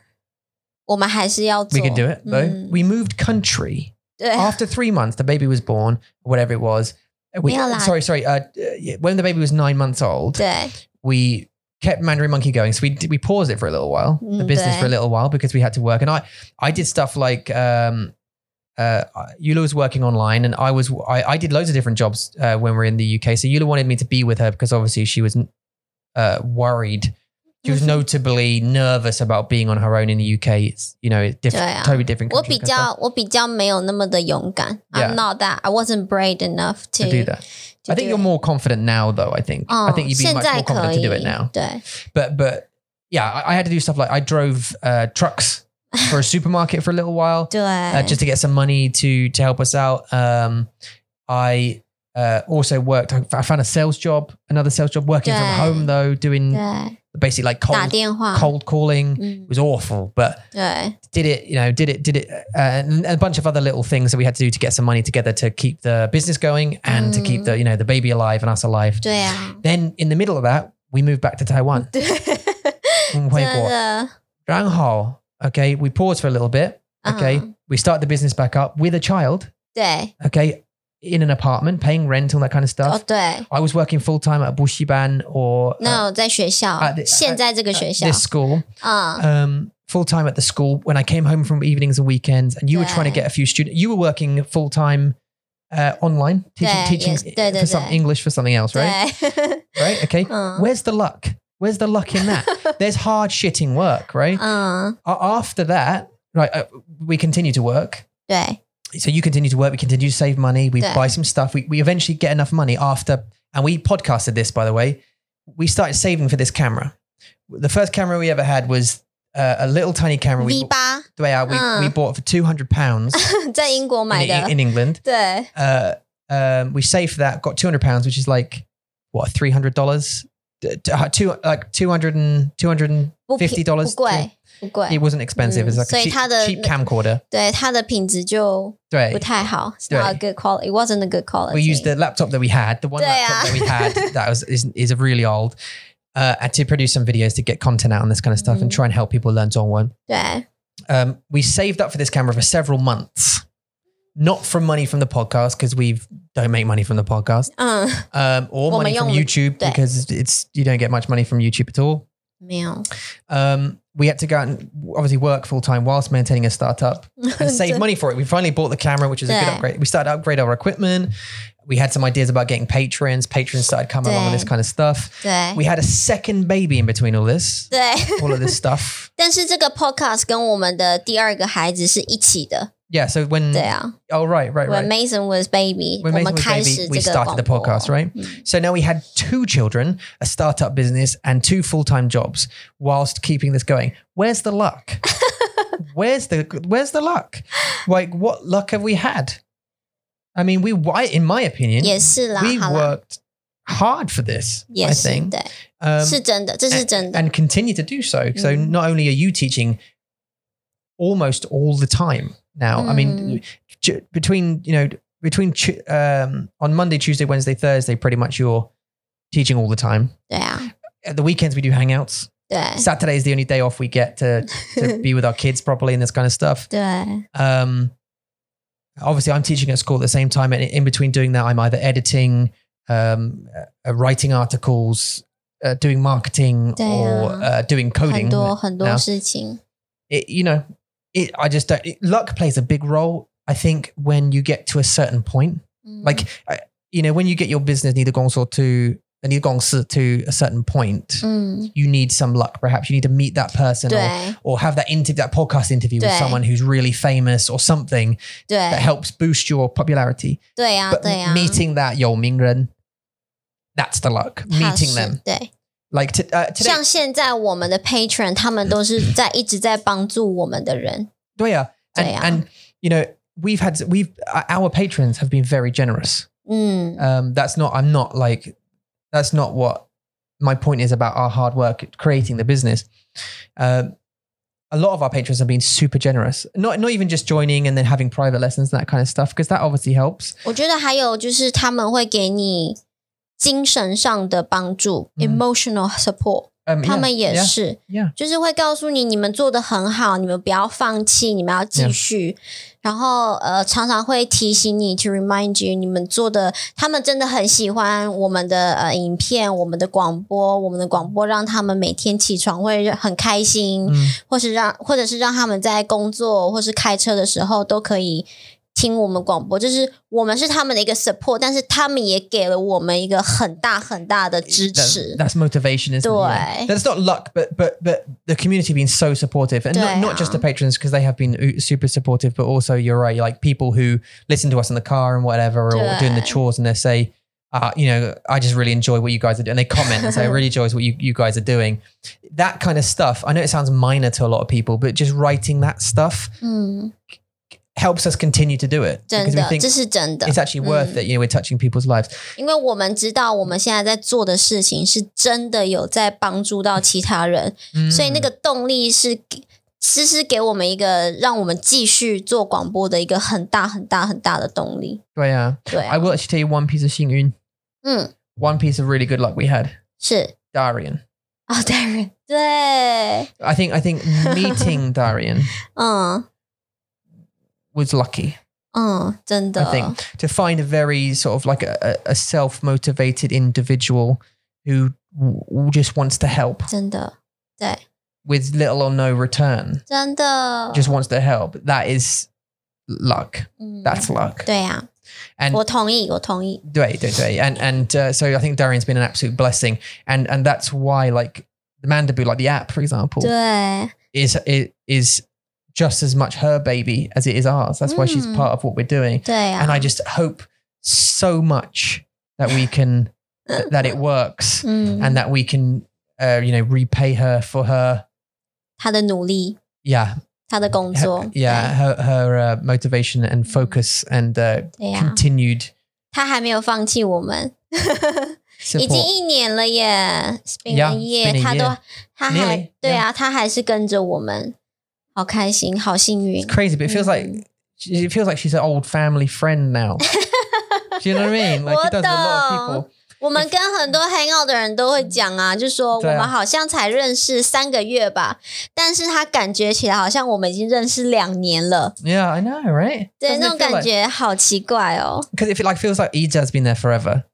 [SPEAKER 1] 我们还是要做。
[SPEAKER 2] we can do it though.
[SPEAKER 1] 嗯
[SPEAKER 2] We moved country.
[SPEAKER 1] 对，
[SPEAKER 2] After three months, the baby was born, whatever it was. We,
[SPEAKER 1] Yeah, like-
[SPEAKER 2] sorry, sorry. Uh, uh, yeah, when the baby was nine months old,
[SPEAKER 1] 对，
[SPEAKER 2] we kept Mandarin Monkey going. So we we paused it for a little while, the
[SPEAKER 1] Mm,
[SPEAKER 2] business for a
[SPEAKER 1] bleh.
[SPEAKER 2] little while because we had to work. And I I did stuff like um, uh, Eula was working online, and I was I, I did loads of different jobs uh, when we were in the UK. So Eula wanted me to be with her because obviously she was uh, worried. She
[SPEAKER 1] Mm-hmm.
[SPEAKER 2] was notably nervous about being on her own in the UK. It's you know it's different,
[SPEAKER 1] Yeah.
[SPEAKER 2] totally different.
[SPEAKER 1] 我比
[SPEAKER 2] country and stuff
[SPEAKER 1] 较我比较没有那么的勇敢。
[SPEAKER 2] Yeah.
[SPEAKER 1] I'm not that. I wasn't brave enough to,
[SPEAKER 2] to do that.
[SPEAKER 1] to
[SPEAKER 2] I think
[SPEAKER 1] do
[SPEAKER 2] you're
[SPEAKER 1] it.
[SPEAKER 2] more confident now, though. I think I
[SPEAKER 1] 嗯，
[SPEAKER 2] think you'd be
[SPEAKER 1] 现
[SPEAKER 2] much
[SPEAKER 1] 在
[SPEAKER 2] more
[SPEAKER 1] 可
[SPEAKER 2] confident to
[SPEAKER 1] 以
[SPEAKER 2] do it now.
[SPEAKER 1] 对，
[SPEAKER 2] But but yeah, I, I had to do stuff like I drove uh, trucks for a supermarket for a little while
[SPEAKER 1] 对，
[SPEAKER 2] uh, just to get some money to to help us out. Um, I uh, also worked. I I found a sales job, another sales job, working
[SPEAKER 1] Yeah.
[SPEAKER 2] from home though, doing
[SPEAKER 1] 对，
[SPEAKER 2] basically like
[SPEAKER 1] 打
[SPEAKER 2] cold
[SPEAKER 1] 电话，
[SPEAKER 2] cold calling. It
[SPEAKER 1] 嗯，
[SPEAKER 2] was awful, but
[SPEAKER 1] 对，
[SPEAKER 2] did it, you know, did it, did it, uh, and a bunch of other little things that we had to do to get some money together to keep the business going and to keep
[SPEAKER 1] Mm.
[SPEAKER 2] the, you know, the baby alive and us alive.
[SPEAKER 1] 对啊，
[SPEAKER 2] Then in the middle of that, we moved back to Taiwan.
[SPEAKER 1] 对，真
[SPEAKER 2] in Weibo.
[SPEAKER 1] 的，
[SPEAKER 2] Ranghao. Okay, we paused for a little bit. Okay,
[SPEAKER 1] 嗯，
[SPEAKER 2] we start the business back up with a child.
[SPEAKER 1] 对，
[SPEAKER 2] Okay, in an apartment, paying rent, all that kind
[SPEAKER 1] 哦
[SPEAKER 2] of stuff.
[SPEAKER 1] 对，
[SPEAKER 2] I was working full time at Bushiban or uh,
[SPEAKER 1] 那我在学
[SPEAKER 2] 啊
[SPEAKER 1] 校
[SPEAKER 2] 对，
[SPEAKER 1] 现在这个
[SPEAKER 2] at
[SPEAKER 1] 学校，
[SPEAKER 2] this school,
[SPEAKER 1] 嗯，
[SPEAKER 2] um, full time at the school. When I came home from evenings and weekends, and you were trying to
[SPEAKER 1] Yeah.
[SPEAKER 2] get a few students, you were working full time uh, online, teaching,
[SPEAKER 1] Yeah,
[SPEAKER 2] teaching
[SPEAKER 1] yes. Yeah,
[SPEAKER 2] for
[SPEAKER 1] yeah,
[SPEAKER 2] some
[SPEAKER 1] yeah.
[SPEAKER 2] English for something else, right?
[SPEAKER 1] 对，
[SPEAKER 2] Right. Okay.
[SPEAKER 1] 嗯
[SPEAKER 2] Where's the luck? Where's the luck in that? There's hard shitting work, right?
[SPEAKER 1] 嗯，
[SPEAKER 2] A- after that, right, uh, we continue to work.
[SPEAKER 1] 对，
[SPEAKER 2] So you continue to work. We continue to save money. We
[SPEAKER 1] Yeah.
[SPEAKER 2] buy some stuff. We, we eventually get enough money after, and we podcasted this, by the way. We started saving for this camera. The first camera we ever had was uh, a little tiny camera we,
[SPEAKER 1] V
[SPEAKER 2] bought,
[SPEAKER 1] 八
[SPEAKER 2] yeah, we,
[SPEAKER 1] Mm.
[SPEAKER 2] we bought for 200 pounds
[SPEAKER 1] 在英国
[SPEAKER 2] in,
[SPEAKER 1] 买
[SPEAKER 2] in,
[SPEAKER 1] 的，
[SPEAKER 2] in England.
[SPEAKER 1] 对，
[SPEAKER 2] Uh, um, we saved for that, got 200 pounds, which is like, what, $300? D- d- uh, Two, like 200 and,
[SPEAKER 1] 不
[SPEAKER 2] $250.
[SPEAKER 1] 便不
[SPEAKER 2] to-
[SPEAKER 1] 贵，不贵
[SPEAKER 2] It，wasn't expensive. It's
[SPEAKER 1] Mm.
[SPEAKER 2] like
[SPEAKER 1] So
[SPEAKER 2] a
[SPEAKER 1] it
[SPEAKER 2] cheap,
[SPEAKER 1] had a-
[SPEAKER 2] cheap camcorder.
[SPEAKER 1] 对，它的品质就不
[SPEAKER 2] Right.
[SPEAKER 1] 太好，It's
[SPEAKER 2] 哎对
[SPEAKER 1] not a good quality. It wasn't a good quality.
[SPEAKER 2] We used the laptop that we had, the one
[SPEAKER 1] Yeah.
[SPEAKER 2] laptop that we had that was is, is really old, uh, and to produce some videos to get content out on this kind of stuff and
[SPEAKER 1] Mhm.
[SPEAKER 2] try and help people learn Dongwon.
[SPEAKER 1] 对，
[SPEAKER 2] Um, we saved up for this camera for several months, not from money from the podcast because we don't make money from the podcast,
[SPEAKER 1] 嗯，
[SPEAKER 2] um, or
[SPEAKER 1] Well,
[SPEAKER 2] money
[SPEAKER 1] my
[SPEAKER 2] from
[SPEAKER 1] own-
[SPEAKER 2] YouTube
[SPEAKER 1] yeah.
[SPEAKER 2] because it's you don't get much money from YouTube at all.
[SPEAKER 1] 没有，
[SPEAKER 2] Um, we had to go out and obviously work full time whilst maintaining a startup. and save
[SPEAKER 1] 对
[SPEAKER 2] money for it. We finally bought the camera, which is a good
[SPEAKER 1] Yeah.
[SPEAKER 2] upgrade. We started to upgrade our equipment. We had some ideas about getting patrons. Patrons started coming along and this
[SPEAKER 1] Yeah.
[SPEAKER 2] kind of stuff.
[SPEAKER 1] 对
[SPEAKER 2] We had a second baby in between all this,
[SPEAKER 1] 对，
[SPEAKER 2] all of this stuff.
[SPEAKER 1] 但是这个 podcast 跟我们的第二个孩子是一起的，
[SPEAKER 2] Yeah. So when,
[SPEAKER 1] 对啊
[SPEAKER 2] oh, right, right,
[SPEAKER 1] ，When
[SPEAKER 2] right.
[SPEAKER 1] Mason was baby，
[SPEAKER 2] When
[SPEAKER 1] 我
[SPEAKER 2] Mason
[SPEAKER 1] 们
[SPEAKER 2] was
[SPEAKER 1] 开
[SPEAKER 2] baby,
[SPEAKER 1] 始
[SPEAKER 2] we
[SPEAKER 1] 这个
[SPEAKER 2] started the
[SPEAKER 1] 广播嗯
[SPEAKER 2] podcast, right? So now we had two children, a startup business, and two full time jobs whilst keeping this going. Where's the luck? where's the where's the luck? Like what luck have we had? I mean, we why in my opinion,
[SPEAKER 1] 也是啦，
[SPEAKER 2] we
[SPEAKER 1] 好啦，
[SPEAKER 2] worked hard for this,
[SPEAKER 1] 也
[SPEAKER 2] I
[SPEAKER 1] 是
[SPEAKER 2] think.
[SPEAKER 1] 对，
[SPEAKER 2] Um,
[SPEAKER 1] 是真的，这是
[SPEAKER 2] and,
[SPEAKER 1] 真的，
[SPEAKER 2] and continue to do so. So
[SPEAKER 1] Mm.
[SPEAKER 2] not only are you teaching almost all the time now, I mean, j- between, you know, between ch- um, on Monday, Tuesday, Wednesday, Thursday, pretty much you're teaching all the time.
[SPEAKER 1] 对啊，
[SPEAKER 2] At the weekends, we do hangouts.
[SPEAKER 1] 对
[SPEAKER 2] Saturday is the only day off we get to, to be with our kids properly and this kind of stuff.
[SPEAKER 1] 对
[SPEAKER 2] Um, obviously, I'm teaching at school at the same time, and in between doing that, I'm either editing, um, uh, writing articles, uh, doing marketing,
[SPEAKER 1] Yeah.
[SPEAKER 2] or uh, doing
[SPEAKER 1] 很
[SPEAKER 2] coding.
[SPEAKER 1] 多很多
[SPEAKER 2] now.
[SPEAKER 1] 事情，
[SPEAKER 2] It, you know, it, I just don't. It, luck plays a big role. I think when you get to a certain point,
[SPEAKER 1] 嗯
[SPEAKER 2] like I, you know, when you get your business neither gongso to neither gongsi to a certain point,
[SPEAKER 1] Mm. 嗯，
[SPEAKER 2] you need some luck. Perhaps you need to meet that person. Or,
[SPEAKER 1] 对
[SPEAKER 2] or have that interview, that podcast interview with
[SPEAKER 1] Yeah.
[SPEAKER 2] someone who's really famous or something, that
[SPEAKER 1] 对
[SPEAKER 2] helps boost your popularity.
[SPEAKER 1] 对呀
[SPEAKER 2] but
[SPEAKER 1] 对啊呀，
[SPEAKER 2] meeting that Yo Mingren, that's the luck.
[SPEAKER 1] 踏
[SPEAKER 2] Meeting
[SPEAKER 1] 实
[SPEAKER 2] them.
[SPEAKER 1] 对。
[SPEAKER 2] Like to, uh, today,
[SPEAKER 1] 像现在我们的 patron，他们都是在一直在帮助我们的人，
[SPEAKER 2] Doya. And,
[SPEAKER 1] 对啊。
[SPEAKER 2] and, you know, we've had, we've, uh, our patrons have been very generous.
[SPEAKER 1] 嗯，
[SPEAKER 2] Um, that's not, I'm not like, that's not what my point is about our hard work at creating the business. Um, a lot of our patrons have been super generous. Not not even just joining and then having private lessons and that kind of stuff, because that obviously helps.
[SPEAKER 1] 我觉得还有就是他们会给你精神上的帮助、
[SPEAKER 2] 嗯
[SPEAKER 1] e m o t i o n a l support，
[SPEAKER 2] Um,
[SPEAKER 1] 他
[SPEAKER 2] yeah,
[SPEAKER 1] 们也
[SPEAKER 2] yeah,
[SPEAKER 1] 是，
[SPEAKER 2] yeah.
[SPEAKER 1] 就是会告诉你你们做的很好，你们不要放弃，你们要继
[SPEAKER 2] Yeah.
[SPEAKER 1] 续。然后呃，常常会提醒你，to remind you，你们做的，他们真的很喜欢我们的呃影片，我们的广播，我们的广播让他们每天起床会很开心，
[SPEAKER 2] 嗯
[SPEAKER 1] 或是让或者是让他们在工作或是开车的时候都可以。听我们广播，就是我们是他们的一个 support，但是他们也给了我们一个很大很大的支
[SPEAKER 2] That's-
[SPEAKER 1] 持。
[SPEAKER 2] That's motivation, isn't it?
[SPEAKER 1] Doi.
[SPEAKER 2] Yeah. That's not luck, but but but the community being so supportive, and not,
[SPEAKER 1] Doi,
[SPEAKER 2] not just
[SPEAKER 1] huh?
[SPEAKER 2] the patrons because they have been u- super supportive, but also you're right, like people who listen to us in the car and whatever, or
[SPEAKER 1] Doi.
[SPEAKER 2] doing the chores, and they say, uh, you know, I just really enjoy what you guys are doing. And they comment and say, I really enjoy what you, you guys are doing. That kind of stuff. I know it sounds minor to a lot of people, but just writing that stuff
[SPEAKER 1] 嗯，
[SPEAKER 2] helps us continue to do it
[SPEAKER 1] 真
[SPEAKER 2] because we
[SPEAKER 1] 的，
[SPEAKER 2] think
[SPEAKER 1] 这是真的，
[SPEAKER 2] it's actually worth it. You know, we're touching people's lives.
[SPEAKER 1] 因为我们知道我们现在在做的事情是真的有在帮助到其他人，所以那
[SPEAKER 2] Mm.
[SPEAKER 1] 个动力是给诗诗给我们一个让我们继续做广播的一个很大很大很大的动力。
[SPEAKER 2] Doi, yeah.
[SPEAKER 1] 对
[SPEAKER 2] I
[SPEAKER 1] 啊，
[SPEAKER 2] will actually tell you one piece of Xingyun,
[SPEAKER 1] 嗯，
[SPEAKER 2] one piece of really good luck we had.
[SPEAKER 1] 是
[SPEAKER 2] Darian.
[SPEAKER 1] 啊，当然，对，
[SPEAKER 2] I think I think meeting Darian
[SPEAKER 1] 嗯
[SPEAKER 2] was lucky.
[SPEAKER 1] 嗯，真
[SPEAKER 2] I
[SPEAKER 1] 的
[SPEAKER 2] think，to find a very sort of like a, a self motivated individual who w- w- just wants to help
[SPEAKER 1] 真的，对，
[SPEAKER 2] with little or no return,
[SPEAKER 1] 真的，
[SPEAKER 2] just wants to help. That is luck.
[SPEAKER 1] 嗯，
[SPEAKER 2] That's luck.
[SPEAKER 1] 对呀、
[SPEAKER 2] And
[SPEAKER 1] 我同意，我同意，
[SPEAKER 2] 对对对. And and uh, so I think Darian's been an absolute blessing. And and that's why like the Mandaboo, like the app, for example,
[SPEAKER 1] 对。
[SPEAKER 2] is it is just as much her baby as it is ours. That's why she's
[SPEAKER 1] Mm.
[SPEAKER 2] part of what we're doing.
[SPEAKER 1] 对啊呀、
[SPEAKER 2] And I just hope so much that we can th- that it works
[SPEAKER 1] 嗯，
[SPEAKER 2] and that we can uh, you know repay her for her
[SPEAKER 1] 他的努力，
[SPEAKER 2] yeah
[SPEAKER 1] 他的工
[SPEAKER 2] her,
[SPEAKER 1] 作，
[SPEAKER 2] yeah her, her uh, motivation and focus and uh,
[SPEAKER 1] 对啊对呀、
[SPEAKER 2] continued
[SPEAKER 1] 他还没有放弃我们，已经
[SPEAKER 2] support.
[SPEAKER 1] 一年了耶，It's been
[SPEAKER 2] Yeah,
[SPEAKER 1] a year，
[SPEAKER 2] it's been a
[SPEAKER 1] 他都
[SPEAKER 2] year.
[SPEAKER 1] 他还
[SPEAKER 2] Nearly,
[SPEAKER 1] 对啊他还是跟着我们，好开心，好幸运
[SPEAKER 2] It's，crazy, but it feels like it feels like she's an old family friend now. Do you know what I mean? Like it does a lot of
[SPEAKER 1] What the-
[SPEAKER 2] people.
[SPEAKER 1] 我们跟很多 hang out 的人都会讲啊，就说我
[SPEAKER 2] 对啊
[SPEAKER 1] 们好像才认识三个月吧，但是他感觉起来好像我们已经认识两年了，
[SPEAKER 2] Yeah, I know, right?
[SPEAKER 1] 对，
[SPEAKER 2] Doesn't
[SPEAKER 1] 那种
[SPEAKER 2] it feel
[SPEAKER 1] 感
[SPEAKER 2] like-
[SPEAKER 1] 觉好奇怪哦，
[SPEAKER 2] because it feel- like feels like Ida's been there forever.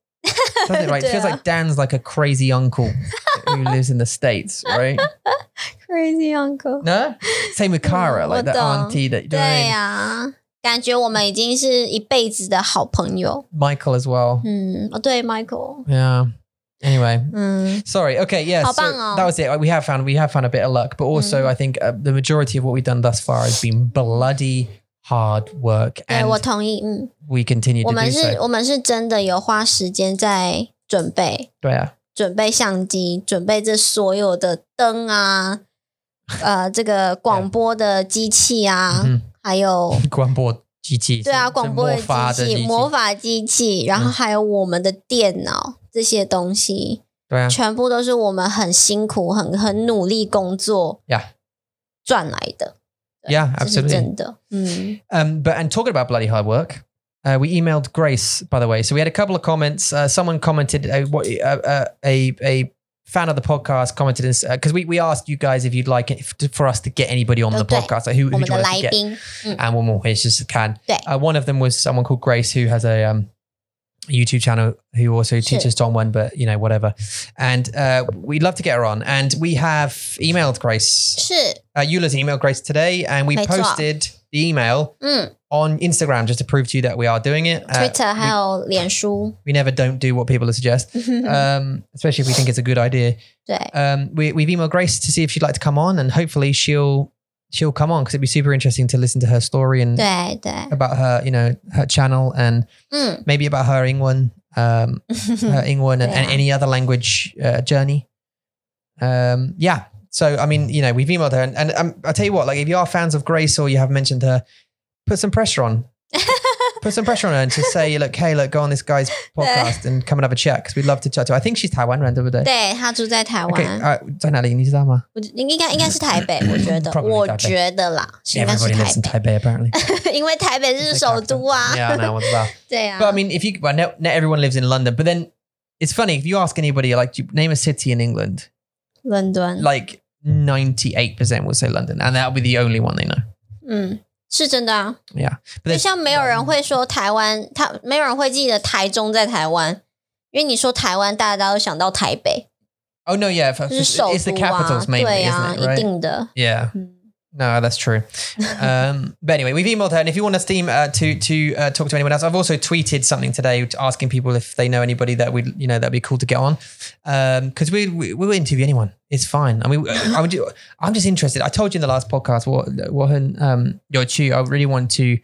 [SPEAKER 2] Doesn't it? Right? It feels
[SPEAKER 1] Yeah.
[SPEAKER 2] like Dan's like a crazy uncle who lives in the states, right?
[SPEAKER 1] ，Crazy Uncle，
[SPEAKER 2] No, same with Kara,
[SPEAKER 1] Mm,
[SPEAKER 2] like
[SPEAKER 1] what
[SPEAKER 2] that
[SPEAKER 1] the-
[SPEAKER 2] auntie that you know what I
[SPEAKER 1] 对
[SPEAKER 2] mean?
[SPEAKER 1] 呀、感觉我们已经是一辈子的好朋友，
[SPEAKER 2] Michael as well.
[SPEAKER 1] 嗯，哦，对，Michael，
[SPEAKER 2] Yeah. Anyway,
[SPEAKER 1] 嗯
[SPEAKER 2] sorry. Okay, yeah.
[SPEAKER 1] How
[SPEAKER 2] so
[SPEAKER 1] about-
[SPEAKER 2] that was it. Like, We have found we have found a bit of luck, but also
[SPEAKER 1] Mm.
[SPEAKER 2] I think uh, the majority of what we've done thus far has been bloody hard work,
[SPEAKER 1] 对，我
[SPEAKER 2] and
[SPEAKER 1] 同意。嗯，
[SPEAKER 2] we continue
[SPEAKER 1] 我
[SPEAKER 2] to
[SPEAKER 1] 们
[SPEAKER 2] do
[SPEAKER 1] 是
[SPEAKER 2] so.
[SPEAKER 1] 我们是真的有花时间在准备，
[SPEAKER 2] Yeah.
[SPEAKER 1] 准备相机，准备这所有的灯啊，呃，这个广播的机器啊，
[SPEAKER 2] 嗯
[SPEAKER 1] 还有
[SPEAKER 2] 广播机器，
[SPEAKER 1] 对啊，
[SPEAKER 2] 是-
[SPEAKER 1] 广播的
[SPEAKER 2] 是魔法的
[SPEAKER 1] 机器、
[SPEAKER 2] 机器。
[SPEAKER 1] 魔法机器，然后
[SPEAKER 2] 嗯
[SPEAKER 1] 还有我们的电脑这些东西，
[SPEAKER 2] 对啊，
[SPEAKER 1] 全部都是我们很辛苦、很很努力工作
[SPEAKER 2] Yeah.
[SPEAKER 1] 赚来的，
[SPEAKER 2] Yeah,
[SPEAKER 1] 这是
[SPEAKER 2] absolutely.
[SPEAKER 1] 真的。嗯
[SPEAKER 2] Um, but and talking about bloody hard work, uh, we emailed Grace by the way. So we had a couple of comments. Uh, someone commented a, what, a, a a fan of the podcast commented because we we asked you guys if you'd like it, f- for us to get anybody on the
[SPEAKER 1] Okay.
[SPEAKER 2] podcast, like who,
[SPEAKER 1] 我
[SPEAKER 2] who do
[SPEAKER 1] 们
[SPEAKER 2] you
[SPEAKER 1] 的
[SPEAKER 2] want us
[SPEAKER 1] 来
[SPEAKER 2] to get?
[SPEAKER 1] 宾，嗯
[SPEAKER 2] And one more, it's just can.
[SPEAKER 1] Okay.
[SPEAKER 2] Uh, one of them was someone called Grace who has a um, a YouTube channel who also
[SPEAKER 1] Sure.
[SPEAKER 2] teaches Dongwon, but you know whatever. And uh, we'd love to get her on. And we have emailed Grace.
[SPEAKER 1] 是，
[SPEAKER 2] Uh, Eula's emailed Grace today, and we
[SPEAKER 1] Great job.
[SPEAKER 2] posted the email
[SPEAKER 1] 嗯。
[SPEAKER 2] on Instagram just to prove to you that we are doing it. Uh,
[SPEAKER 1] Twitter 还有脸书，
[SPEAKER 2] we never don't do what people suggest, um, especially if we think it's a good idea.
[SPEAKER 1] 对，
[SPEAKER 2] Um, we, we've emailed Grace to see if she'd like to come on, and hopefully she'll she'll come on because it'd be super interesting to listen to her story and
[SPEAKER 1] 对对，
[SPEAKER 2] about her, you know, her channel and
[SPEAKER 1] 嗯，
[SPEAKER 2] maybe about her Ingwen, um, her Ingwen, and, and
[SPEAKER 1] Yeah.
[SPEAKER 2] any other language uh, journey. Um, yeah. So I mean, you know, we've emailed her, and, and um, I tell you what, like if you are fans of Grace or you have mentioned her, put some pressure on put some pressure on her and to say, look, hey, look, go on this guy's podcast and come and have a chat because we'd love to chat to her. I think she's Taiwan, right? 对不对？
[SPEAKER 1] 对他住在台
[SPEAKER 2] Okay,
[SPEAKER 1] 湾，
[SPEAKER 2] uh, 在哪里？你知道吗？
[SPEAKER 1] 我应应该应该是台北，我觉得，
[SPEAKER 2] 嗯 Probably
[SPEAKER 1] 我
[SPEAKER 2] 台北
[SPEAKER 1] 觉得啦，应该是
[SPEAKER 2] Everybody lives in
[SPEAKER 1] 台
[SPEAKER 2] Taipei, apparently.
[SPEAKER 1] 北， 因为台北是首都啊，
[SPEAKER 2] Yeah, I know, 我知道。
[SPEAKER 1] 对啊
[SPEAKER 2] But I，mean, if you, well, not, not everyone lives in London, but then it's funny if you ask anybody, like, do you name a city in England,
[SPEAKER 1] 伦敦，
[SPEAKER 2] Like 98% will say London, and that'll be the only one they know.
[SPEAKER 1] 嗯，是真的啊。
[SPEAKER 2] Yeah. But
[SPEAKER 1] 就
[SPEAKER 2] there's,
[SPEAKER 1] 像没有人会说台湾，他没有人会记得台中在台湾，因为你说台湾，大家都想到台北，
[SPEAKER 2] oh, no, yeah. for-
[SPEAKER 1] 就是
[SPEAKER 2] It's,
[SPEAKER 1] 首
[SPEAKER 2] the
[SPEAKER 1] 都啊，
[SPEAKER 2] capitals mainly,
[SPEAKER 1] 对啊，
[SPEAKER 2] isn't it?
[SPEAKER 1] 一
[SPEAKER 2] Right?
[SPEAKER 1] 定的。
[SPEAKER 2] Yeah.
[SPEAKER 1] 嗯，
[SPEAKER 2] No, that's true. um, but anyway, we've emailed her, and if you want us to em- uh, to to uh, talk to anyone else, I've also tweeted something today asking people if they know anybody that we you know that'd be cool to get on, because we, we we'll interview anyone. It's fine. I mean, I would, do- I'm just interested. I told you in the last podcast what what um your chew. I really want to.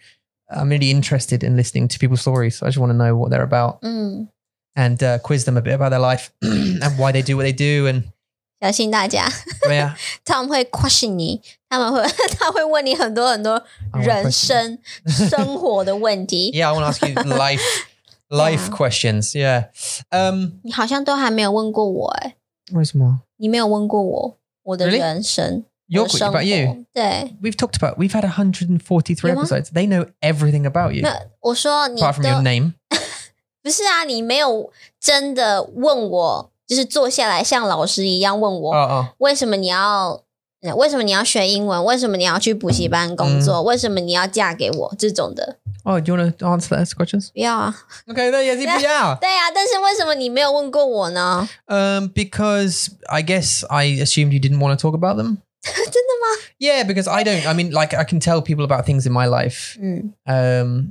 [SPEAKER 2] I'm really interested in listening to people's stories. I just want to know what they're about
[SPEAKER 1] 嗯，
[SPEAKER 2] and uh, quiz them a bit about their life and why they do what they do. And
[SPEAKER 1] 小心大家，
[SPEAKER 2] yeah,
[SPEAKER 1] 他们会 question 你，他们会 他会问你很多很多
[SPEAKER 2] I wanna
[SPEAKER 1] 人
[SPEAKER 2] question-
[SPEAKER 1] 生生活的问题，
[SPEAKER 2] Yeah, I want to ask you life
[SPEAKER 1] Yeah.
[SPEAKER 2] life questions. Yeah. Um
[SPEAKER 1] 你好像都还没有问过我、哎，
[SPEAKER 2] where's more?
[SPEAKER 1] 你没有问过我我的
[SPEAKER 2] Really？
[SPEAKER 1] 人生，我
[SPEAKER 2] Your
[SPEAKER 1] 的生
[SPEAKER 2] about you.
[SPEAKER 1] 活，对，
[SPEAKER 2] We've talked about we've had 143
[SPEAKER 1] You what?
[SPEAKER 2] episodes. They know everything about you.
[SPEAKER 1] 没有，我说你
[SPEAKER 2] apart from
[SPEAKER 1] 都
[SPEAKER 2] your name.
[SPEAKER 1] 不是啊，你没有真的问我，就是坐下来像老师一样问
[SPEAKER 2] Oh,
[SPEAKER 1] 我，
[SPEAKER 2] oh.
[SPEAKER 1] 为什么你要，呃为什么你要学英文？为什么你要去补习班工作？
[SPEAKER 2] 嗯
[SPEAKER 1] 为什么你要嫁给我？这种的，
[SPEAKER 2] oh, do you want to answer those questions?
[SPEAKER 1] 不要啊。
[SPEAKER 2] Okay, there you
[SPEAKER 1] Yeah.
[SPEAKER 2] yeah.
[SPEAKER 1] 对啊，但是为什么你没有问过我呢？
[SPEAKER 2] Um because I guess I assumed you didn't want to talk about them.
[SPEAKER 1] 真的吗？
[SPEAKER 2] Yeah, because I don't I mean like I can tell people about things in my life
[SPEAKER 1] 嗯，
[SPEAKER 2] um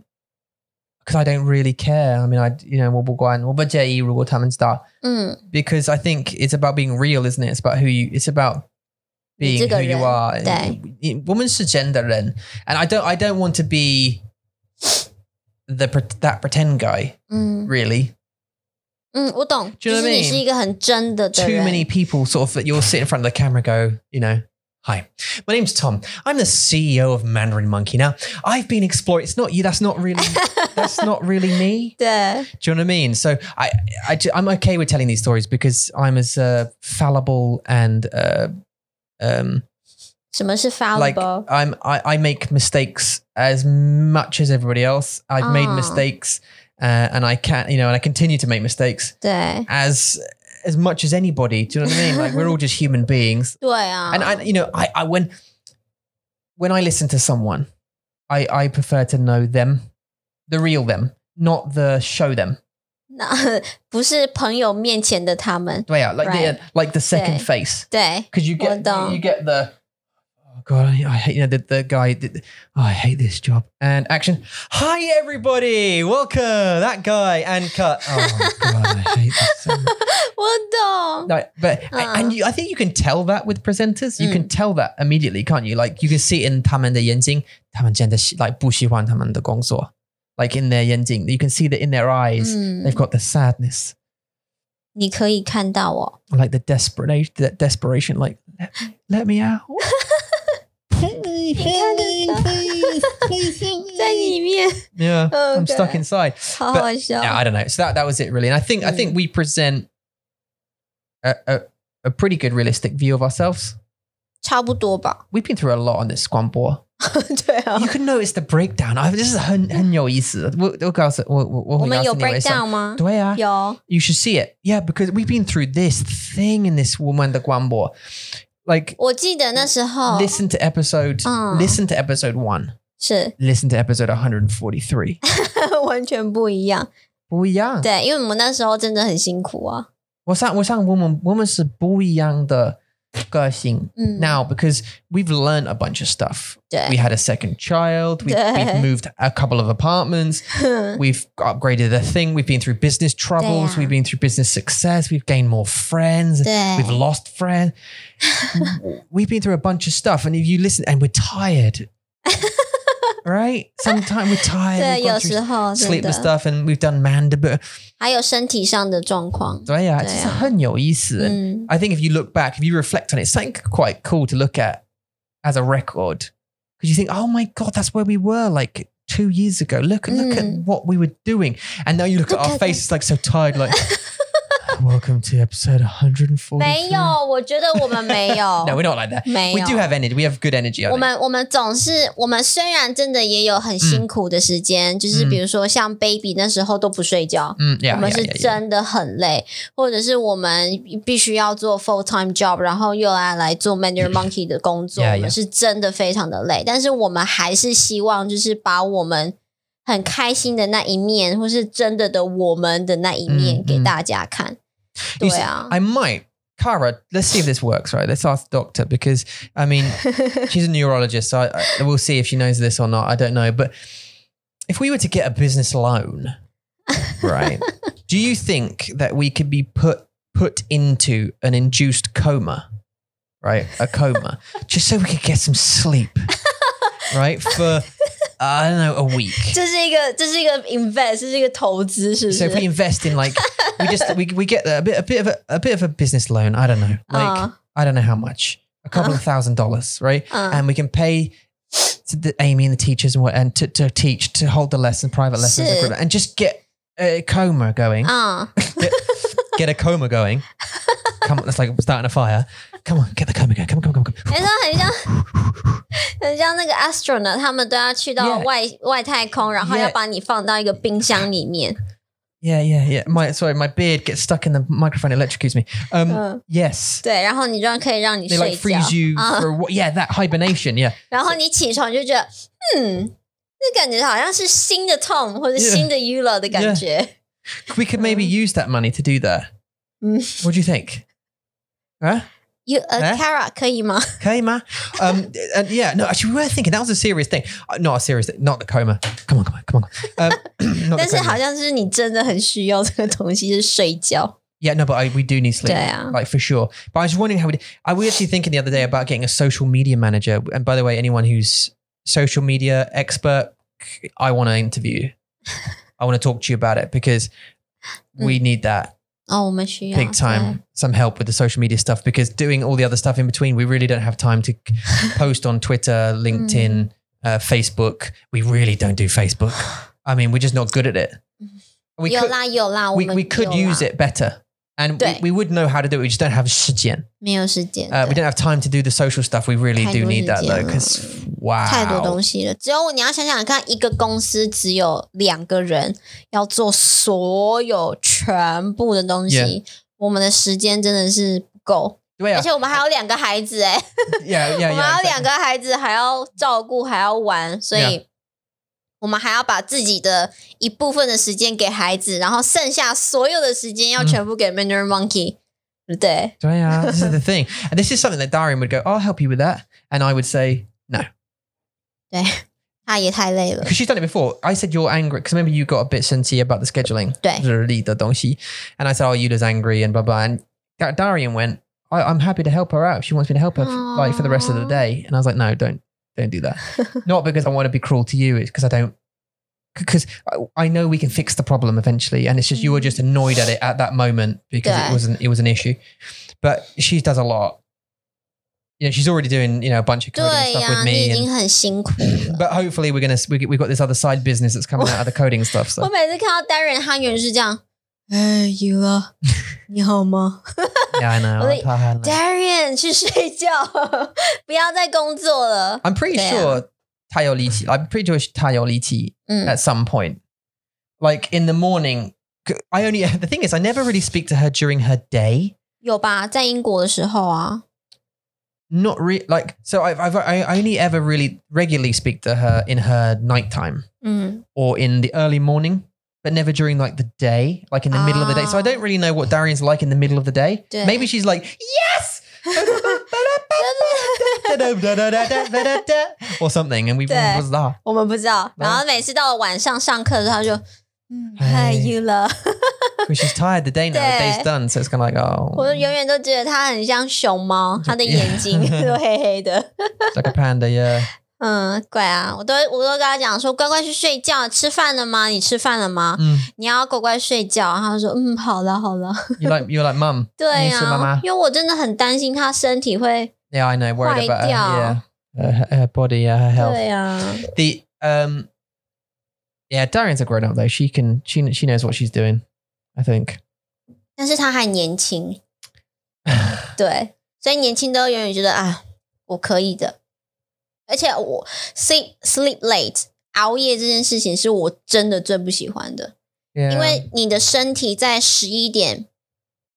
[SPEAKER 2] because I don't really care. I mean I you know 我不管我不介意如果他们知道
[SPEAKER 1] 嗯，
[SPEAKER 2] because I think it's about being real, isn't it? It's about who you. It's about being
[SPEAKER 1] 你
[SPEAKER 2] who
[SPEAKER 1] 这个人，
[SPEAKER 2] you are. Eh, 我们是真的人 and I don't. I don't want to be the pre- that pretend guy.
[SPEAKER 1] 嗯
[SPEAKER 2] Really,
[SPEAKER 1] 嗯，我懂，
[SPEAKER 2] Do you
[SPEAKER 1] 就是
[SPEAKER 2] know what I
[SPEAKER 1] 你
[SPEAKER 2] mean？
[SPEAKER 1] 是一个很真的的
[SPEAKER 2] too
[SPEAKER 1] 人。
[SPEAKER 2] many people sort of that you'll sit in front of the camera, and go, you know. Hi, my name's Tom. I'm the CEO of Mandarin Monkey. Now, I've been exploring. It's not you. That's not really. that's not really me.
[SPEAKER 1] 对，
[SPEAKER 2] Do you know what I mean? So I, I, am okay with telling these stories because I'm as uh, fallible and uh, um,
[SPEAKER 1] 什么是
[SPEAKER 2] like
[SPEAKER 1] fallible？
[SPEAKER 2] I'm I, I make mistakes as much as everybody else. I've made
[SPEAKER 1] Ah.
[SPEAKER 2] mistakes uh, and I can you know and I continue to make mistakes
[SPEAKER 1] 对，
[SPEAKER 2] as as much as anybody. Do you know what I mean? Like we're all just human beings.
[SPEAKER 1] 对啊。
[SPEAKER 2] And I you know I, I when when I listen to someone, I I prefer to know them, the real them, not the show them.
[SPEAKER 1] 那不是朋友面前的他们，
[SPEAKER 2] Yeah, like
[SPEAKER 1] Right.
[SPEAKER 2] the like the second
[SPEAKER 1] Yeah.
[SPEAKER 2] face.
[SPEAKER 1] 对，
[SPEAKER 2] because you get
[SPEAKER 1] Well
[SPEAKER 2] you, you get the oh god I, I hate you know the, the guy that- oh, I hate this job and action hi everybody welcome that guy and cut oh god I hate this so much.
[SPEAKER 1] 我懂。
[SPEAKER 2] No, but
[SPEAKER 1] Ah.
[SPEAKER 2] and you, I think you can tell that with presenters you can
[SPEAKER 1] Mm.
[SPEAKER 2] tell that immediately can't you like you can see it in 他们的眼睛他们真的 like 不喜欢他们的工作 like in their 眼睛 you can see that in their eyes
[SPEAKER 1] 嗯
[SPEAKER 2] they've got the sadness
[SPEAKER 1] 你可以看到哦，
[SPEAKER 2] like the desperation, that desperation, like let, let me out. please, please, please, help
[SPEAKER 1] 在
[SPEAKER 2] me.
[SPEAKER 1] 里 面，
[SPEAKER 2] Yeah, I'm
[SPEAKER 1] Okay.
[SPEAKER 2] stuck inside.
[SPEAKER 1] 好好笑。
[SPEAKER 2] Yeah, Mm. I don't know. So that that was it really. And I think I think we present a, a a pretty good realistic view of ourselves.
[SPEAKER 1] 差不多吧？
[SPEAKER 2] We've been through a lot on this squamboar.
[SPEAKER 1] 对啊
[SPEAKER 2] You，can notice the breakdown. I, this is
[SPEAKER 1] 我们有 breakdown
[SPEAKER 2] 很很有意思。我我我我会告诉我我我会告诉你为什么。对啊，
[SPEAKER 1] 吗？有，
[SPEAKER 2] you should see it. Yeah, because we've been through this thing in this woman, the Guambo. Like,
[SPEAKER 1] 我记得那时候
[SPEAKER 2] listen to episode,
[SPEAKER 1] Oh.
[SPEAKER 2] listen to episode one,
[SPEAKER 1] 是
[SPEAKER 2] listen to episode 143.
[SPEAKER 1] 完全不一样。
[SPEAKER 2] 不一样.
[SPEAKER 1] 对，因为我们那时候真的很辛苦啊。
[SPEAKER 2] 我想我想我们我们是不一样的个性
[SPEAKER 1] 嗯，
[SPEAKER 2] now because we've learned a bunch of stuff.
[SPEAKER 1] 对
[SPEAKER 2] We had a second child. We,
[SPEAKER 1] Yeah.
[SPEAKER 2] we've moved a couple of apartments. We've upgraded a thing. We've been through business troubles.
[SPEAKER 1] Yeah.
[SPEAKER 2] We've been through business success. We've gained more friends.
[SPEAKER 1] 对
[SPEAKER 2] We've lost friends. We've been through a bunch of stuff, and if you listen, and we're tired, right? Sometimes we're tired.
[SPEAKER 1] 对，
[SPEAKER 2] we've gone
[SPEAKER 1] 有
[SPEAKER 2] through
[SPEAKER 1] 时候真的，
[SPEAKER 2] sleepless stuff, and we've done Mandible.
[SPEAKER 1] 还有身体上的状况。
[SPEAKER 2] So yeah,
[SPEAKER 1] Yeah.
[SPEAKER 2] it's
[SPEAKER 1] Mm.
[SPEAKER 2] just 很有意思. And
[SPEAKER 1] 嗯，
[SPEAKER 2] I think if you look back, if you reflect on it, it's something quite cool to look at as a record because you think, oh my god, that's where we were like two years ago. Look, look at
[SPEAKER 1] Mm.
[SPEAKER 2] what we were doing, and now you look at
[SPEAKER 1] Look
[SPEAKER 2] our
[SPEAKER 1] at
[SPEAKER 2] faces like so tired, like. Welcome to episode 140.
[SPEAKER 1] 没有，我觉得我们没 有，
[SPEAKER 2] No, we're not like that.
[SPEAKER 1] 没有。
[SPEAKER 2] We do have energy. We have good energy. I
[SPEAKER 1] 我
[SPEAKER 2] think.
[SPEAKER 1] 们我们总是我们虽然真的也有
[SPEAKER 2] 嗯
[SPEAKER 1] 很辛苦的时间，就是比如说像 baby 那时候都不睡觉，
[SPEAKER 2] Mm, yeah,
[SPEAKER 1] 我们
[SPEAKER 2] yeah,
[SPEAKER 1] 是
[SPEAKER 2] yeah, yeah.
[SPEAKER 1] 真的很累，或者是我们必须要做 full time job，然后又来来做 Mandarin Monkey 的工作
[SPEAKER 2] Yeah,
[SPEAKER 1] 我们
[SPEAKER 2] yeah.
[SPEAKER 1] 是真的非常的累。但是我们还是希望就是把我们很开心的那一面，或是真的的我们的那一面
[SPEAKER 2] 嗯
[SPEAKER 1] 给
[SPEAKER 2] 嗯
[SPEAKER 1] 大家看。对
[SPEAKER 2] You see,
[SPEAKER 1] 啊
[SPEAKER 2] I might. Cara, let's see if this works, right? Let's ask the doctor because, I mean, she's a neurologist. So I, I, we'll see if she knows this or not. I don't know. But if we were to get a business loan, right? do you think that we could be put put into an induced coma, right? A coma, just so we could get some sleep, right? For I don't know, a week.
[SPEAKER 1] 这是一个这是一个 invest，这是一个投资，是不
[SPEAKER 2] So
[SPEAKER 1] 是
[SPEAKER 2] if we invest in like we just we, we get a bit a bit of a, a bit of a business loan. I don't know, like
[SPEAKER 1] Uh.
[SPEAKER 2] I don't know how much, a couple of thousand dollars, right?
[SPEAKER 1] 嗯。
[SPEAKER 2] And we can pay to the Amy and the teachers and what and to, to teach to hold the lesson, private lessons,
[SPEAKER 1] Shit. Ah.
[SPEAKER 2] equipment, and just get a coma going,
[SPEAKER 1] 嗯，
[SPEAKER 2] get, get a coma going. Come on, it's like starting a fire. Come on, get the coma going. Come on, come on, come on.
[SPEAKER 1] 哎、那很像， 很像那个 astronaut，他们都要去到
[SPEAKER 2] Yeah.
[SPEAKER 1] 外外太空，然后
[SPEAKER 2] Yeah.
[SPEAKER 1] 要把你放到一个冰箱里面。
[SPEAKER 2] Yeah, yeah, yeah. My sorry, my beard gets stuck in the microphone. It electrocutes me. Um,
[SPEAKER 1] 嗯，
[SPEAKER 2] yes.
[SPEAKER 1] 对，然后你就可以让你
[SPEAKER 2] They
[SPEAKER 1] 睡
[SPEAKER 2] like
[SPEAKER 1] 觉
[SPEAKER 2] freeze you
[SPEAKER 1] 啊、
[SPEAKER 2] for what? Yeah, that hibernation. Yeah.
[SPEAKER 1] 然后你起床就觉得，嗯，那感觉好像是新的 Tom 或者
[SPEAKER 2] Yeah.
[SPEAKER 1] 新的 Ula 的感觉。
[SPEAKER 2] We could maybe
[SPEAKER 1] Mm.
[SPEAKER 2] use that money to do that.
[SPEAKER 1] Mm.
[SPEAKER 2] What do you think? Huh?
[SPEAKER 1] You a
[SPEAKER 2] Yeah.
[SPEAKER 1] Cara 可 以吗？
[SPEAKER 2] Okay, ma. Um, and yeah, no, actually, we were thinking that was a serious thing. Uh, not a serious thing. Not the coma. Come on, come on, come on. Um, not
[SPEAKER 1] 但
[SPEAKER 2] the
[SPEAKER 1] 是
[SPEAKER 2] coma.
[SPEAKER 1] 好像是你真的很需要这个东西，是睡觉。
[SPEAKER 2] Yeah, no, but I, we do need sleep.
[SPEAKER 1] 对啊，
[SPEAKER 2] Like for sure, but I was wondering how we. Did. I was actually thinking the other day about getting a social media manager. And by the way, anyone who's social media expert, I want to interview. I want to talk to you about it because we need that.
[SPEAKER 1] 哦，我们需要
[SPEAKER 2] big time some help with the social media stuff because doing all the other stuff in between, we really don't have time to post on Twitter, LinkedIn, uh, Facebook. We really don't do Facebook. I mean, we're just not good at it. We
[SPEAKER 1] 对有
[SPEAKER 2] could,
[SPEAKER 1] 啦有啦，
[SPEAKER 2] we,
[SPEAKER 1] 我们
[SPEAKER 2] we could
[SPEAKER 1] 有啦
[SPEAKER 2] use it better. And we,
[SPEAKER 1] 对。
[SPEAKER 2] we would know how to do it. We just don't have 时间.
[SPEAKER 1] 没有时间。
[SPEAKER 2] Uh,
[SPEAKER 1] 对
[SPEAKER 2] we don't have time to do the social stuff. We really do need that though.
[SPEAKER 1] 太多时间了。
[SPEAKER 2] Because
[SPEAKER 1] 太多
[SPEAKER 2] wow.
[SPEAKER 1] 东西了。只有你要想想看，一个公司只有两个人要做所有全部的东西
[SPEAKER 2] Yeah
[SPEAKER 1] 我们的时间真的是不够而
[SPEAKER 2] Yeah,
[SPEAKER 1] 且我们还有两个孩子哎、
[SPEAKER 2] yeah, yeah,
[SPEAKER 1] 我们
[SPEAKER 2] yeah.
[SPEAKER 1] 还有
[SPEAKER 2] exactly.
[SPEAKER 1] 两个孩子还要照顾，还要玩，所以。
[SPEAKER 2] Yeah
[SPEAKER 1] 我们还要把自己的一部分的时间给孩子，然后剩下所有的时间要
[SPEAKER 2] 嗯
[SPEAKER 1] 全部给 Mandarin Monkey，、对不对？
[SPEAKER 2] Yeah, this is the thing. And this is something that Darian would go, I'll help you with that. And I would say, no.
[SPEAKER 1] 对，他也太累了。
[SPEAKER 2] because she's done it before. I said you're angry because remember you got a bit sensey about the scheduling,
[SPEAKER 1] 对
[SPEAKER 2] the and I said, "Oh, Yula's angry," and blah blah. And Da- Darian went, I- "I'm happy to help her out. if She wants me to help her f- like for the rest of the
[SPEAKER 1] Aw.
[SPEAKER 2] day." And I was like, "No, don't don't do that. Not because I want to be cruel to you. It's because I don't." Because I, I know we can fix the problem eventually, and it's just you were just annoyed at it at that moment because
[SPEAKER 1] Mm. Yeah.
[SPEAKER 2] it wasn't it was an issue. But she does a lot. You know, she's already doing you know a bunch of coding
[SPEAKER 1] 对
[SPEAKER 2] stuff
[SPEAKER 1] 呀、
[SPEAKER 2] with
[SPEAKER 1] 你
[SPEAKER 2] me,
[SPEAKER 1] 已
[SPEAKER 2] and
[SPEAKER 1] 经很辛苦了。
[SPEAKER 2] but hopefully, we're gonna we, we've got this other side business that's coming out of the coding stuff.
[SPEAKER 1] 我
[SPEAKER 2] So
[SPEAKER 1] 每次看到 Darren，他永远是这样，哎，雨 了，你好吗
[SPEAKER 2] yeah, I know.
[SPEAKER 1] Well,
[SPEAKER 2] I'm tired.
[SPEAKER 1] ？Darren 去睡觉， 不要再工作了。
[SPEAKER 2] I'm pretty
[SPEAKER 1] Yeah.
[SPEAKER 2] sure Tayo Liti. I'm pretty sure Tayo Liti
[SPEAKER 1] 嗯
[SPEAKER 2] at some point, like in the morning. c- I only the thing is, I never really speak to her during her day.
[SPEAKER 1] 有吧？在英国的时候啊，
[SPEAKER 2] Not really like so. I've, I've I only ever really regularly speak to her in her nighttime
[SPEAKER 1] 嗯，
[SPEAKER 2] or in the early morning, but never during like the day, like in the middle of the day. So I don't really know what Darian's like in the middle of the day.
[SPEAKER 1] Yeah.
[SPEAKER 2] Maybe she's like yes.
[SPEAKER 1] 真的
[SPEAKER 2] or something, and we
[SPEAKER 1] Yeah.
[SPEAKER 2] was that.
[SPEAKER 1] 我们不知道。
[SPEAKER 2] 然
[SPEAKER 1] 然
[SPEAKER 2] 后
[SPEAKER 1] 后每次到了晚上上课的时候，他就嗯，
[SPEAKER 2] 哎
[SPEAKER 1] 太雨了。
[SPEAKER 2] Because she's tired the day now, the
[SPEAKER 1] Yeah.
[SPEAKER 2] day's done, so it's kind of like, oh,
[SPEAKER 1] 我永远都觉得他很像熊 猫，他的眼睛
[SPEAKER 2] Yeah
[SPEAKER 1] 都黑黑的。
[SPEAKER 2] it's like a panda, yeah.
[SPEAKER 1] 嗯，乖啊，我都我都跟他讲说，乖乖去睡觉，吃饭了吗？你吃饭了吗？
[SPEAKER 2] Mm.
[SPEAKER 1] 你要乖乖睡觉。然后他说，嗯，好了好了。
[SPEAKER 2] You're like, you're like, mum.
[SPEAKER 1] 对
[SPEAKER 2] 你是妈
[SPEAKER 1] 呀、
[SPEAKER 2] 妈
[SPEAKER 1] 因为我真的很担心他身体会。
[SPEAKER 2] Yeah, I know. Worried
[SPEAKER 1] Quite
[SPEAKER 2] about her, yeah,
[SPEAKER 1] young.
[SPEAKER 2] Uh, her, her body, yeah, her health.
[SPEAKER 1] 对啊呀、
[SPEAKER 2] The um, yeah, Darian's a grown up though. She can, she she knows what she's doing. I think.
[SPEAKER 1] 但是他还年 轻，对，所以年轻都永远觉得啊，我可以的。而且我 sleep sleep late 熬夜这件事情是我真的最不喜欢的，
[SPEAKER 2] Yeah.
[SPEAKER 1] 因为你的身体在十一点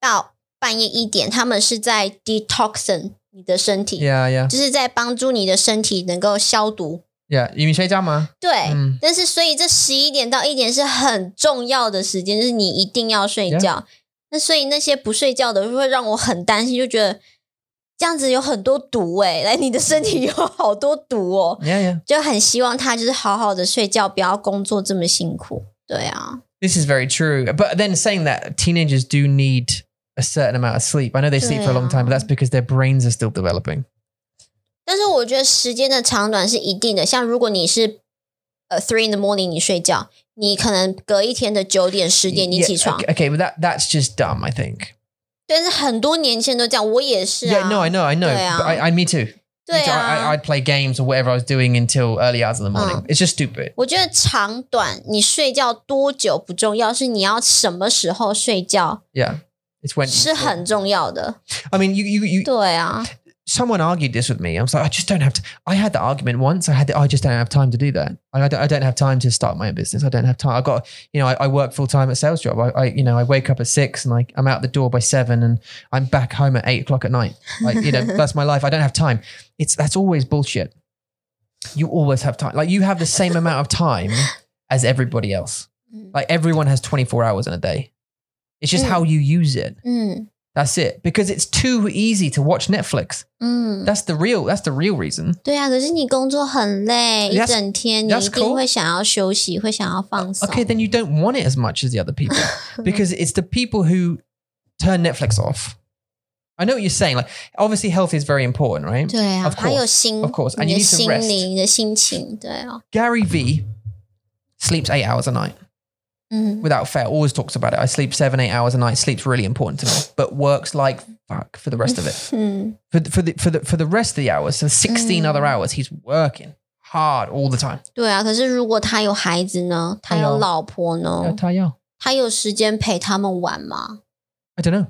[SPEAKER 1] 到半夜一点，他们是在 detoxing 你的身体
[SPEAKER 2] yeah, yeah,
[SPEAKER 1] 就是在帮助你的身体能够消毒。
[SPEAKER 2] yeah. You mean 睡觉吗？
[SPEAKER 1] 对，
[SPEAKER 2] 嗯
[SPEAKER 1] 但是所以这十一点到一点是很重要的时间，就是你一定要睡觉。那所以那些不睡觉的会让我很担心，就觉得这样子有很多毒诶、来你的身体有好多毒哦，
[SPEAKER 2] Yeah, yeah.
[SPEAKER 1] 就很希望他就是好好的睡觉，不要工作这么辛苦。对啊，
[SPEAKER 2] This is very true. But then saying that teenagers do need a certain amount of sleep. I know they sleep for a long time, but that's because their brains are still developing.
[SPEAKER 1] 但是我觉得时间的长短是一定的。像如果你是呃 three in the morning 你睡觉，你可能隔一天的九点十点你
[SPEAKER 2] Yeah,
[SPEAKER 1] 起床
[SPEAKER 2] okay, okay, but that that's just dumb, I think.
[SPEAKER 1] 但是很多年轻人都这样，我也是啊。
[SPEAKER 2] Yeah, no, I know, I know.
[SPEAKER 1] Yeah.
[SPEAKER 2] But I, I me too.
[SPEAKER 1] 对
[SPEAKER 2] Me too.
[SPEAKER 1] 啊
[SPEAKER 2] I, I, I'd play games or whatever I was doing until early hours of the morning.
[SPEAKER 1] Mm.
[SPEAKER 2] It's just stupid.
[SPEAKER 1] 我觉得长短，你睡觉多久不重要，是你要什么时候睡觉
[SPEAKER 2] Yeah. It's when
[SPEAKER 1] 是很重要的。
[SPEAKER 2] I mean, you, you, you,
[SPEAKER 1] 对啊，
[SPEAKER 2] someone argued this with me. I was like, I just don't have. To. I had the argument once. I had. The, I just don't have time to do that. I, I, don't, I don't have time to start my own business. I don't have time. I got. You know, I, I work full time at sales job. I, I, you know, I wake up at six and I, I'm out the door by seven and I'm back home at eight o'clock at night. Like, you know, that's my life. I don't have time. It's that's always bullshit. You always have time. Like you have the same amount of time as everybody else. Like everyone has 24 hours in a day. It's just
[SPEAKER 1] Mm.
[SPEAKER 2] how you use it.
[SPEAKER 1] 嗯
[SPEAKER 2] That's it. Because it's too easy to watch Netflix.
[SPEAKER 1] 嗯，
[SPEAKER 2] That's the real. That's the real reason.
[SPEAKER 1] 对啊。可是你工作很累，一
[SPEAKER 2] That's-
[SPEAKER 1] 整天你
[SPEAKER 2] that's
[SPEAKER 1] 一定
[SPEAKER 2] cool.
[SPEAKER 1] 会想要休息，会想要放松。
[SPEAKER 2] Okay, then you don't want it as much as the other people because it's the people who turn Netflix off. I know what you're saying. Like, obviously, health is very important, right?
[SPEAKER 1] 对啊，
[SPEAKER 2] Of course,
[SPEAKER 1] 还有心
[SPEAKER 2] of course, and
[SPEAKER 1] 你
[SPEAKER 2] you
[SPEAKER 1] 的
[SPEAKER 2] need to
[SPEAKER 1] 心
[SPEAKER 2] rest.
[SPEAKER 1] 灵、你的心情，对啊，
[SPEAKER 2] Gary V sleeps eight hours a night
[SPEAKER 1] 嗯
[SPEAKER 2] without fail. Always talks about it. I sleep seven, eight hours a night. Sleep's really important to me, but works like fuck for the rest of it.
[SPEAKER 1] 嗯
[SPEAKER 2] For the, for the for the for the rest of the hours, so 16
[SPEAKER 1] Mm.
[SPEAKER 2] other hours, he's working hard all the time.
[SPEAKER 1] 对啊。可是如果他有孩子呢？他
[SPEAKER 2] 哎呦哎
[SPEAKER 1] 有老婆呢？
[SPEAKER 2] I
[SPEAKER 1] 他有时间陪他们玩吗？
[SPEAKER 2] don't know.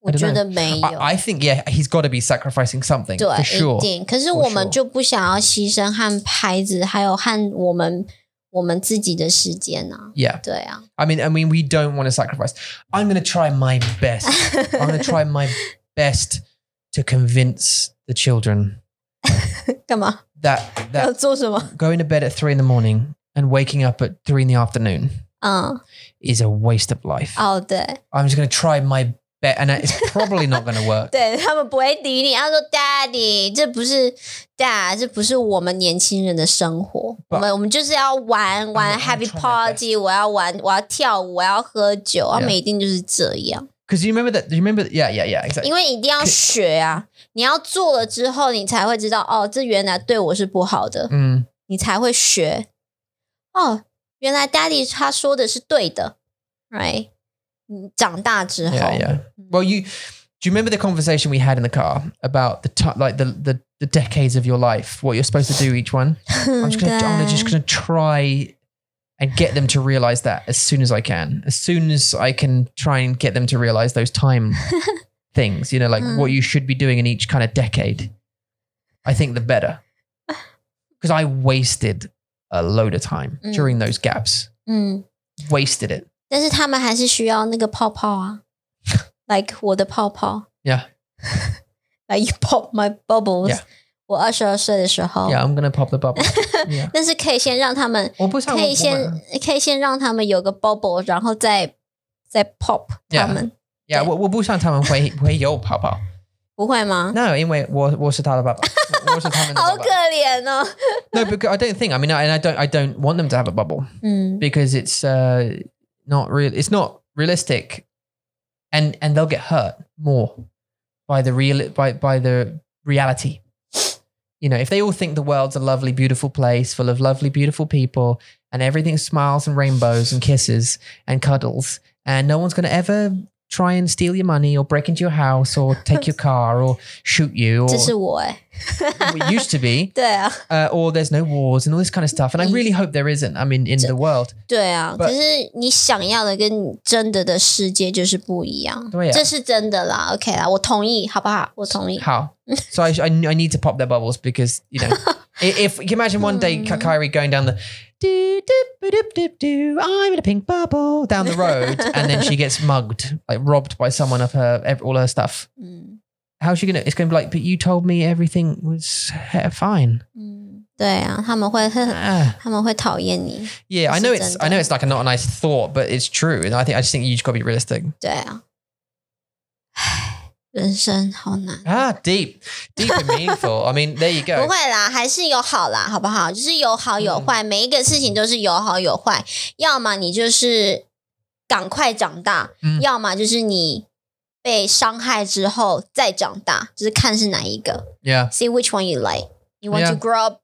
[SPEAKER 1] 我
[SPEAKER 2] don't
[SPEAKER 1] 觉
[SPEAKER 2] know.
[SPEAKER 1] 得没有。
[SPEAKER 2] 哎啊 I, I think yeah, he's got to be sacrificing something
[SPEAKER 1] 对，
[SPEAKER 2] for sure.
[SPEAKER 1] 一定。可是我
[SPEAKER 2] sure.
[SPEAKER 1] 们就不想要牺牲和孩子，还有和我们我们自己的时间啊。
[SPEAKER 2] Yeah,
[SPEAKER 1] 对啊，
[SPEAKER 2] I mean, I mean, we don't want to sacrifice. I'm going to try my best. I'm going to try my best to convince the children
[SPEAKER 1] 干嘛
[SPEAKER 2] that
[SPEAKER 1] 要
[SPEAKER 2] that
[SPEAKER 1] 做什么？
[SPEAKER 2] going to bed at three in the morning and waking up at three in the afternoon
[SPEAKER 1] 嗯，
[SPEAKER 2] is a waste of life.
[SPEAKER 1] 哦，对，
[SPEAKER 2] I'm just going to try my best, and it's probably not going to work.
[SPEAKER 1] 对他们不会理你。他说：“Daddy，这不是 Dad，这不是我们年轻人的生活。
[SPEAKER 2] But-
[SPEAKER 1] 我们我们就是要玩玩
[SPEAKER 2] I'm
[SPEAKER 1] Happy
[SPEAKER 2] trying my
[SPEAKER 1] Party，我要玩，我要跳舞，我要喝酒。他们
[SPEAKER 2] Yeah.
[SPEAKER 1] 一定就是这样，
[SPEAKER 2] Because you remember that? Do you remember? That? Yeah, yeah, yeah. Exactly.
[SPEAKER 1] 因为一定要
[SPEAKER 2] Okay.
[SPEAKER 1] 学啊！你要做了之后，你才会知道哦，这原来对我是不好的。
[SPEAKER 2] Mm,
[SPEAKER 1] 你才会学。哦，原来 Daddy 他说的是对的，right？你长大之后
[SPEAKER 2] yeah, yeah. Well, you do you remember the conversation we had in the car about the t- like the, the the decades of your life, what you're supposed to do each one? I'm just gonna, I'm just gonna try and get them to realize that as soon as I can. As soon as I can try and get them to realize those time things, you know, like
[SPEAKER 1] Mm.
[SPEAKER 2] what you should be doing in each kind of decade. I think the better. Because I wasted a load of time
[SPEAKER 1] Mm.
[SPEAKER 2] during those gaps.
[SPEAKER 1] 嗯，
[SPEAKER 2] Wasted it.
[SPEAKER 1] 但是他们还是需要那个泡泡啊，like 我的泡泡
[SPEAKER 2] Yeah.
[SPEAKER 1] ，like you pop my bubbles。
[SPEAKER 2] Yeah.
[SPEAKER 1] 我二十二岁的时候
[SPEAKER 2] Yeah, I'm gonna pop the bubble. yeah.
[SPEAKER 1] 但是可以先让他们，可以先可以先让他们有个 bubble，然后再再 pop 他
[SPEAKER 2] Yeah.
[SPEAKER 1] 们
[SPEAKER 2] Yeah,
[SPEAKER 1] 对。
[SPEAKER 2] 我我不像他们会会有泡泡。
[SPEAKER 1] 不会吗？
[SPEAKER 2] No，因为我我是他的爸爸，我是他们的
[SPEAKER 1] 好可怜哦。
[SPEAKER 2] No, because I don't think. I mean, I, and I don't. I don't want them to have a bubble
[SPEAKER 1] 嗯
[SPEAKER 2] because it's uh, not real. It's not realistic, and and they'll get hurt more by the real by by the reality. You know, if they all think the world's a lovely, beautiful place full of lovely, beautiful people, and everything smiles and rainbows and kisses and cuddles, and no one's going to ever try and steal your money or break into your house or take your car or shoot you
[SPEAKER 1] 这
[SPEAKER 2] or
[SPEAKER 1] 是我哎、
[SPEAKER 2] what it used to be.
[SPEAKER 1] 对啊，
[SPEAKER 2] Uh, or there's no wars and all this kind of stuff. And I really hope there isn't. I mean, in the world.
[SPEAKER 1] 对啊。
[SPEAKER 2] But-
[SPEAKER 1] 可是你想要的跟你真的的世界就是不一样，
[SPEAKER 2] 对啊
[SPEAKER 1] 这是真的啦。OK 啦，我同意，好不好？我同意。
[SPEAKER 2] How? So I, I, I need to pop their bubbles because, you know, i- if you can imagine one day Ka- Kyrie going down the do, do, ba, do, do, do, I'm in a pink bubble down the road and then she gets mugged, like robbed by someone of her, ev- all her stuff.
[SPEAKER 1] 嗯
[SPEAKER 2] How's she going to? It's going to be like, but you told me everything was he- fine.
[SPEAKER 1] 嗯，对啊，他们会很，
[SPEAKER 2] Ah.
[SPEAKER 1] 他们会讨厌你。
[SPEAKER 2] Yeah, I
[SPEAKER 1] This
[SPEAKER 2] know
[SPEAKER 1] is
[SPEAKER 2] it's
[SPEAKER 1] done
[SPEAKER 2] I know
[SPEAKER 1] done.
[SPEAKER 2] it's like a not a nice thought, but it's true. And I think I just think you just gotta be realistic.
[SPEAKER 1] 对啊，唉，人生好难。
[SPEAKER 2] Ah, deep. Deep and meaningful. I mean, there you
[SPEAKER 1] 不
[SPEAKER 2] go.
[SPEAKER 1] 会啦，还是有好啦，好不好？就是有好有坏，
[SPEAKER 2] 嗯
[SPEAKER 1] 每一个事情都是有好有坏。要么你就是赶快长大，
[SPEAKER 2] 嗯
[SPEAKER 1] 要么就是你被伤害之后再长大，就是看是哪一个。
[SPEAKER 2] Yeah.
[SPEAKER 1] See which one you like. You want
[SPEAKER 2] Yeah.
[SPEAKER 1] to grow up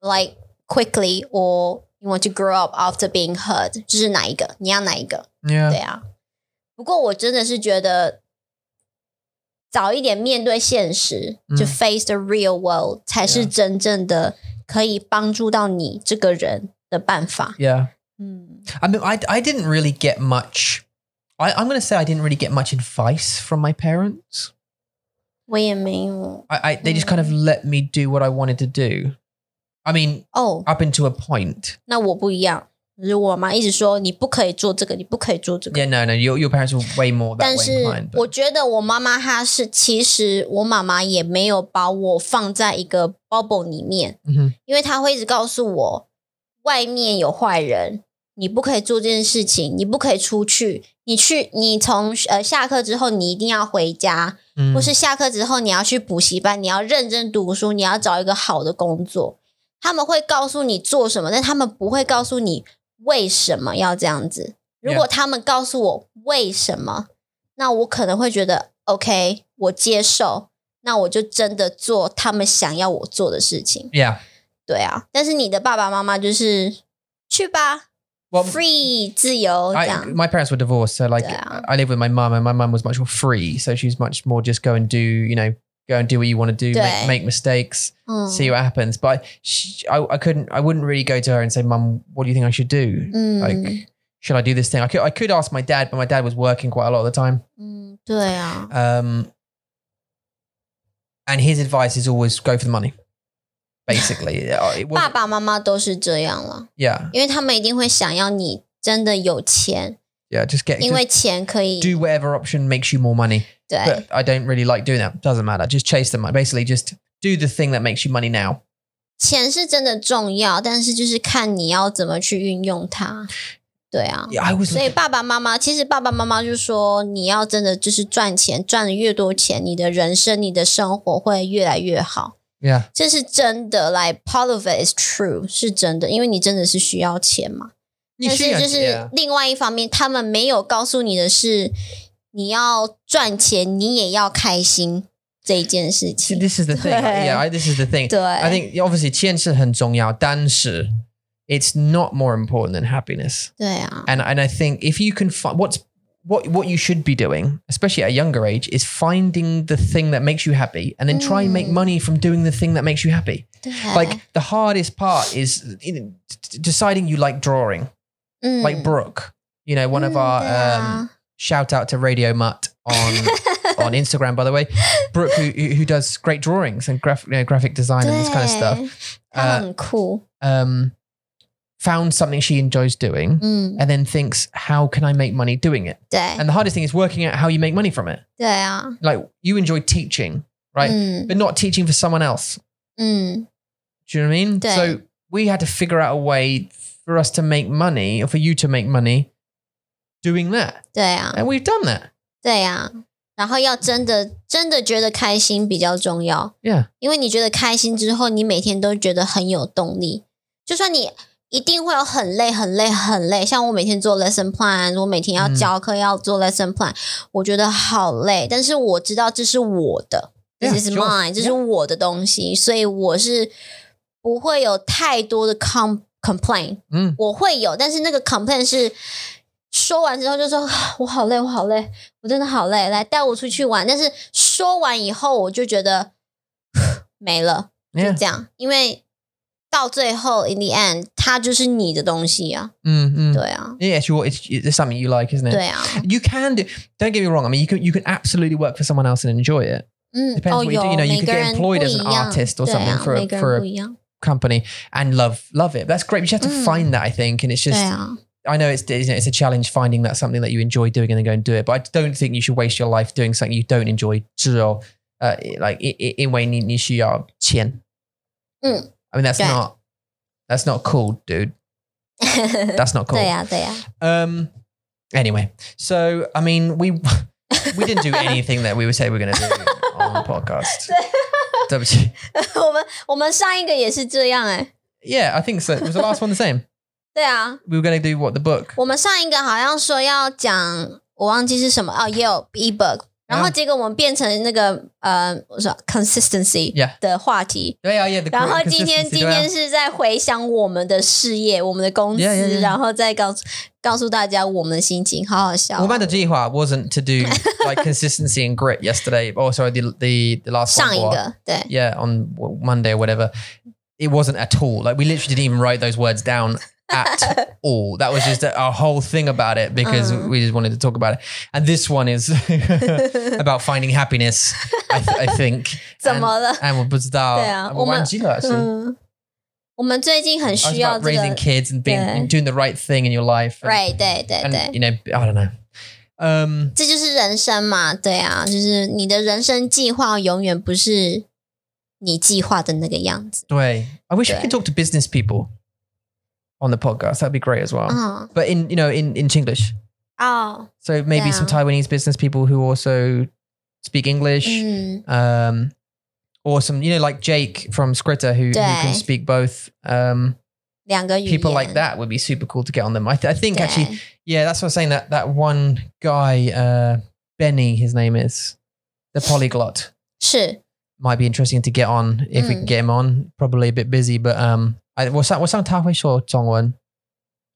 [SPEAKER 1] like quickly, or you want to grow up after being hurt？就是哪一个？你要哪一个？对
[SPEAKER 2] Yeah.
[SPEAKER 1] 啊。不过我真的是觉得，早一点面对现实，
[SPEAKER 2] 嗯
[SPEAKER 1] 就 face the real world，才是
[SPEAKER 2] Yeah
[SPEAKER 1] 真正的可以帮助到你这个人的办法。
[SPEAKER 2] Yeah.
[SPEAKER 1] 嗯
[SPEAKER 2] I mean I I didn't really get much I, I'm gonna say I didn't really get much advice from my parents.
[SPEAKER 1] 我也没有
[SPEAKER 2] I, I they just kind of let me do what I wanted to do. I mean,
[SPEAKER 1] 哦，
[SPEAKER 2] up until a point.
[SPEAKER 1] 那我不一样，就是我妈一直说你不可以做这个，你不可以做这个。
[SPEAKER 2] Yeah, no, no, your your parents were way more that
[SPEAKER 1] 但
[SPEAKER 2] way
[SPEAKER 1] 是
[SPEAKER 2] inclined.
[SPEAKER 1] 我
[SPEAKER 2] But,
[SPEAKER 1] 觉得我妈妈她是，其实我妈妈也没有把我放在一个 bubble 里面，
[SPEAKER 2] Mhm.
[SPEAKER 1] 因为他会一直告诉我，外面有坏人，你不可以做这件事情，你不可以出去，你去，你从呃下课之后你一定要回家，
[SPEAKER 2] Mm.
[SPEAKER 1] 或是下课之后你要去补习班，你要认真读书，你要找一个好的工作。他们会告诉你做什么，但他们不会告诉你为什么要这样子。如果他们告诉我为什么，那我可能会觉得 OK，我接受，那我就真的做他们想要我做的事情。
[SPEAKER 2] yeah.
[SPEAKER 1] 对啊，但是你的爸爸妈妈就是去吧
[SPEAKER 2] Well,
[SPEAKER 1] ，free 自由这
[SPEAKER 2] I,
[SPEAKER 1] 样。
[SPEAKER 2] my parents were divorced, so like
[SPEAKER 1] Yeah.
[SPEAKER 2] I live with my mum, and my mum was much more free, so she was much more just go and do, you know, go and do what you want to do,
[SPEAKER 1] Yeah.
[SPEAKER 2] make, make mistakes,
[SPEAKER 1] 嗯
[SPEAKER 2] see what happens. But I, she, I, I couldn't, I wouldn't really go to her and say, Mum, what do you think I should do?
[SPEAKER 1] 嗯
[SPEAKER 2] Like, should I do this thing? I could, I could ask my dad, but my dad was working quite a lot of the time.
[SPEAKER 1] 嗯，对啊，
[SPEAKER 2] Um, and his advice is always go for the money. Basically, Uh, it
[SPEAKER 1] 爸
[SPEAKER 2] was
[SPEAKER 1] 爸妈妈都是这样了，
[SPEAKER 2] yeah,
[SPEAKER 1] 因为他们一定会想要你真的有钱，
[SPEAKER 2] yeah. Just get
[SPEAKER 1] 因为
[SPEAKER 2] just
[SPEAKER 1] 钱可以
[SPEAKER 2] do whatever option makes you more money.
[SPEAKER 1] 对
[SPEAKER 2] but I don't really like doing that. Doesn't matter. Just chase them. Basically, just do the thing that makes you money now.
[SPEAKER 1] 钱是真的重要，但是就是看你要怎么去运用它。对啊，
[SPEAKER 2] Yeah, I was.
[SPEAKER 1] 所以爸爸妈妈其实爸爸妈妈就说，你要真的就是赚钱，赚的越多钱，你的人生、你的生活会越来越好。
[SPEAKER 2] yeah,
[SPEAKER 1] 这是真的，like part of it is true，是真的，因为你真的是需要钱嘛。
[SPEAKER 2] you
[SPEAKER 1] 但
[SPEAKER 2] should.
[SPEAKER 1] 是就
[SPEAKER 2] yeah.
[SPEAKER 1] 是另外一方面，他们没有告诉你的是，你要赚钱，你也要开心这一件事
[SPEAKER 2] See,
[SPEAKER 1] 情。
[SPEAKER 2] this is the thing. Yeah, I, this is the thing.
[SPEAKER 1] 对
[SPEAKER 2] I think obviously 钱是很重要，但是 it's not more important than happiness.
[SPEAKER 1] 对啊，
[SPEAKER 2] And and I think if you can find what's what what you should be doing, especially at a younger age, is finding the thing that makes you happy, and then try and make
[SPEAKER 1] Mm.
[SPEAKER 2] money from doing the thing that makes you happy.
[SPEAKER 1] 对，
[SPEAKER 2] Like the hardest part is you know, d- d- deciding you like drawing.
[SPEAKER 1] 嗯
[SPEAKER 2] like Brooke, you know, one of
[SPEAKER 1] 嗯
[SPEAKER 2] our
[SPEAKER 1] 对啊
[SPEAKER 2] um, shout out to Radio Mutt on on Instagram, by the way, Brooke, who who who does great drawings and graphic you know, graphic design and this 嗯 kind of stuff, 呃
[SPEAKER 1] 对他很酷，
[SPEAKER 2] um, found something she enjoys doing.
[SPEAKER 1] 嗯，
[SPEAKER 2] And then thinks, how can I make money doing it?
[SPEAKER 1] 对
[SPEAKER 2] And the hardest thing is working out how you make money from it.
[SPEAKER 1] 对啊，
[SPEAKER 2] Like you enjoy teaching, right?
[SPEAKER 1] 嗯
[SPEAKER 2] But not teaching for someone else.
[SPEAKER 1] 嗯，
[SPEAKER 2] Do you know what I mean?
[SPEAKER 1] Yeah.
[SPEAKER 2] So we had to figure out a way for us to make money or for you to make money doing that.
[SPEAKER 1] 对啊，
[SPEAKER 2] And we've done that.
[SPEAKER 1] 对啊。然后要真的真的觉得开心比较重要。
[SPEAKER 2] Yeah.
[SPEAKER 1] 因为你觉得开心之后，你每天都觉得很有动力。就算你一定会有很累、很累、很累，像我每天做 lesson plan，我每天要
[SPEAKER 2] 嗯
[SPEAKER 1] 教课、要做 lesson plan，我觉得好累。但是我知道这是我的
[SPEAKER 2] Yeah,
[SPEAKER 1] this is
[SPEAKER 2] sure.
[SPEAKER 1] mine，、这是我的东西，所以我是不会有太多的 com complain。
[SPEAKER 2] 嗯
[SPEAKER 1] 我会有，但是那个 complain 是。说完之后就说啊我好累，我好累，我真的好累，来带我出去玩。但是说完以后，我就觉得 没了，就
[SPEAKER 2] Yeah.
[SPEAKER 1] 这样，因为到最后 in the end，它就是你的东西啊，
[SPEAKER 2] Mm, mm.
[SPEAKER 1] 对啊，
[SPEAKER 2] Yeah, sure. It's, it's something you like, isn't it?
[SPEAKER 1] 对啊，
[SPEAKER 2] You can do. Don't get me wrong. I mean, you can you can absolutely work for someone else and enjoy it.
[SPEAKER 1] 嗯，
[SPEAKER 2] Depends
[SPEAKER 1] 哦
[SPEAKER 2] what you
[SPEAKER 1] 有
[SPEAKER 2] do. You know,
[SPEAKER 1] 每
[SPEAKER 2] you could
[SPEAKER 1] 个
[SPEAKER 2] get
[SPEAKER 1] 人不
[SPEAKER 2] employed
[SPEAKER 1] 一
[SPEAKER 2] as an
[SPEAKER 1] 样，
[SPEAKER 2] artist or
[SPEAKER 1] 对
[SPEAKER 2] something
[SPEAKER 1] 啊，
[SPEAKER 2] for
[SPEAKER 1] 每
[SPEAKER 2] a,
[SPEAKER 1] 个
[SPEAKER 2] for
[SPEAKER 1] 人不
[SPEAKER 2] a
[SPEAKER 1] 一样，
[SPEAKER 2] company and love love it. That's great. But you have to
[SPEAKER 1] Mm.
[SPEAKER 2] find that. I think, and it's
[SPEAKER 1] 对
[SPEAKER 2] just.
[SPEAKER 1] 啊，
[SPEAKER 2] I know it's you know, it's a challenge finding that something that you enjoy doing and then go and do it. But I don't think you should waste your life doing something you don't enjoy. Uh, 至少，呃，like，因因因为你你需要钱。
[SPEAKER 1] Mm.
[SPEAKER 2] I mean that's
[SPEAKER 1] Right.
[SPEAKER 2] not that's not cool, dude. That's not cool.
[SPEAKER 1] 对啊呀，对呀，
[SPEAKER 2] Um. Anyway, so I mean, we we didn't do anything that we would say we're going to do on the podcast. 对不起。
[SPEAKER 1] 我们我们上一个也是这样哎，
[SPEAKER 2] yeah, I think so. Was the last one the same?
[SPEAKER 1] 对啊，
[SPEAKER 2] We were going to do what the book?
[SPEAKER 1] 我们上一个好像说要讲，我忘记是什么哦，也有 ebook，然后
[SPEAKER 2] 嗯
[SPEAKER 1] 结果我们变成那个呃，我说 consistency
[SPEAKER 2] Yeah.
[SPEAKER 1] 的话 题。
[SPEAKER 2] Yeah, yeah. The
[SPEAKER 1] 然后今天
[SPEAKER 2] consistency,
[SPEAKER 1] 今
[SPEAKER 2] 对啊。
[SPEAKER 1] 天是在回想我们的事业、我们的公司
[SPEAKER 2] Yeah, yeah, yeah.
[SPEAKER 1] 然后再告诉告诉大家我们的心情，好好笑哦、
[SPEAKER 2] Well, Amanda Jihua wasn't to do like consistency and grit yesterday. Oh, sorry, the the, the last
[SPEAKER 1] 上一
[SPEAKER 2] one.
[SPEAKER 1] 个对
[SPEAKER 2] Yeah, on w- Monday or whatever. It wasn't at all. Like we literally didn't even write those words down at all. That was just our whole thing about it because
[SPEAKER 1] Uh-huh.
[SPEAKER 2] we just wanted to talk about it. And this one is about finding happiness. I, th- I think.
[SPEAKER 1] 怎么了？
[SPEAKER 2] And we
[SPEAKER 1] 对啊，我们-
[SPEAKER 2] actually.
[SPEAKER 1] 嗯，我们最近很
[SPEAKER 2] I was
[SPEAKER 1] 需要
[SPEAKER 2] about
[SPEAKER 1] 这个
[SPEAKER 2] raising kids and being
[SPEAKER 1] Yeah.
[SPEAKER 2] and doing the right thing in your life. and-
[SPEAKER 1] right，对对对
[SPEAKER 2] And,。you know, I don't know. Um.
[SPEAKER 1] 这就是人生嘛，对啊，就是你的人生计划永远不是你计划的那个样子。
[SPEAKER 2] 对. I wish we
[SPEAKER 1] Yeah.
[SPEAKER 2] could talk to business people on the podcast. That'd be great as well.
[SPEAKER 1] 嗯，
[SPEAKER 2] But in you know in in Chinglish,
[SPEAKER 1] 哦，
[SPEAKER 2] so maybe some
[SPEAKER 1] Yeah.
[SPEAKER 2] Taiwanese business people who also speak English,
[SPEAKER 1] 嗯，
[SPEAKER 2] um, or some you know like Jake from Scritter who, who can
[SPEAKER 1] Yeah.
[SPEAKER 2] speak both. Um,
[SPEAKER 1] 两个语言
[SPEAKER 2] people like that would be super cool to get on them. I, th- I think
[SPEAKER 1] 对
[SPEAKER 2] actually, yeah, that's what I'm saying. That that one guy, uh, Benny, his name is, the polyglot.
[SPEAKER 1] 是
[SPEAKER 2] might be interesting to get on if we can
[SPEAKER 1] Mm.
[SPEAKER 2] get him on. Probably a bit busy, but um, I, 我上我上他会说中文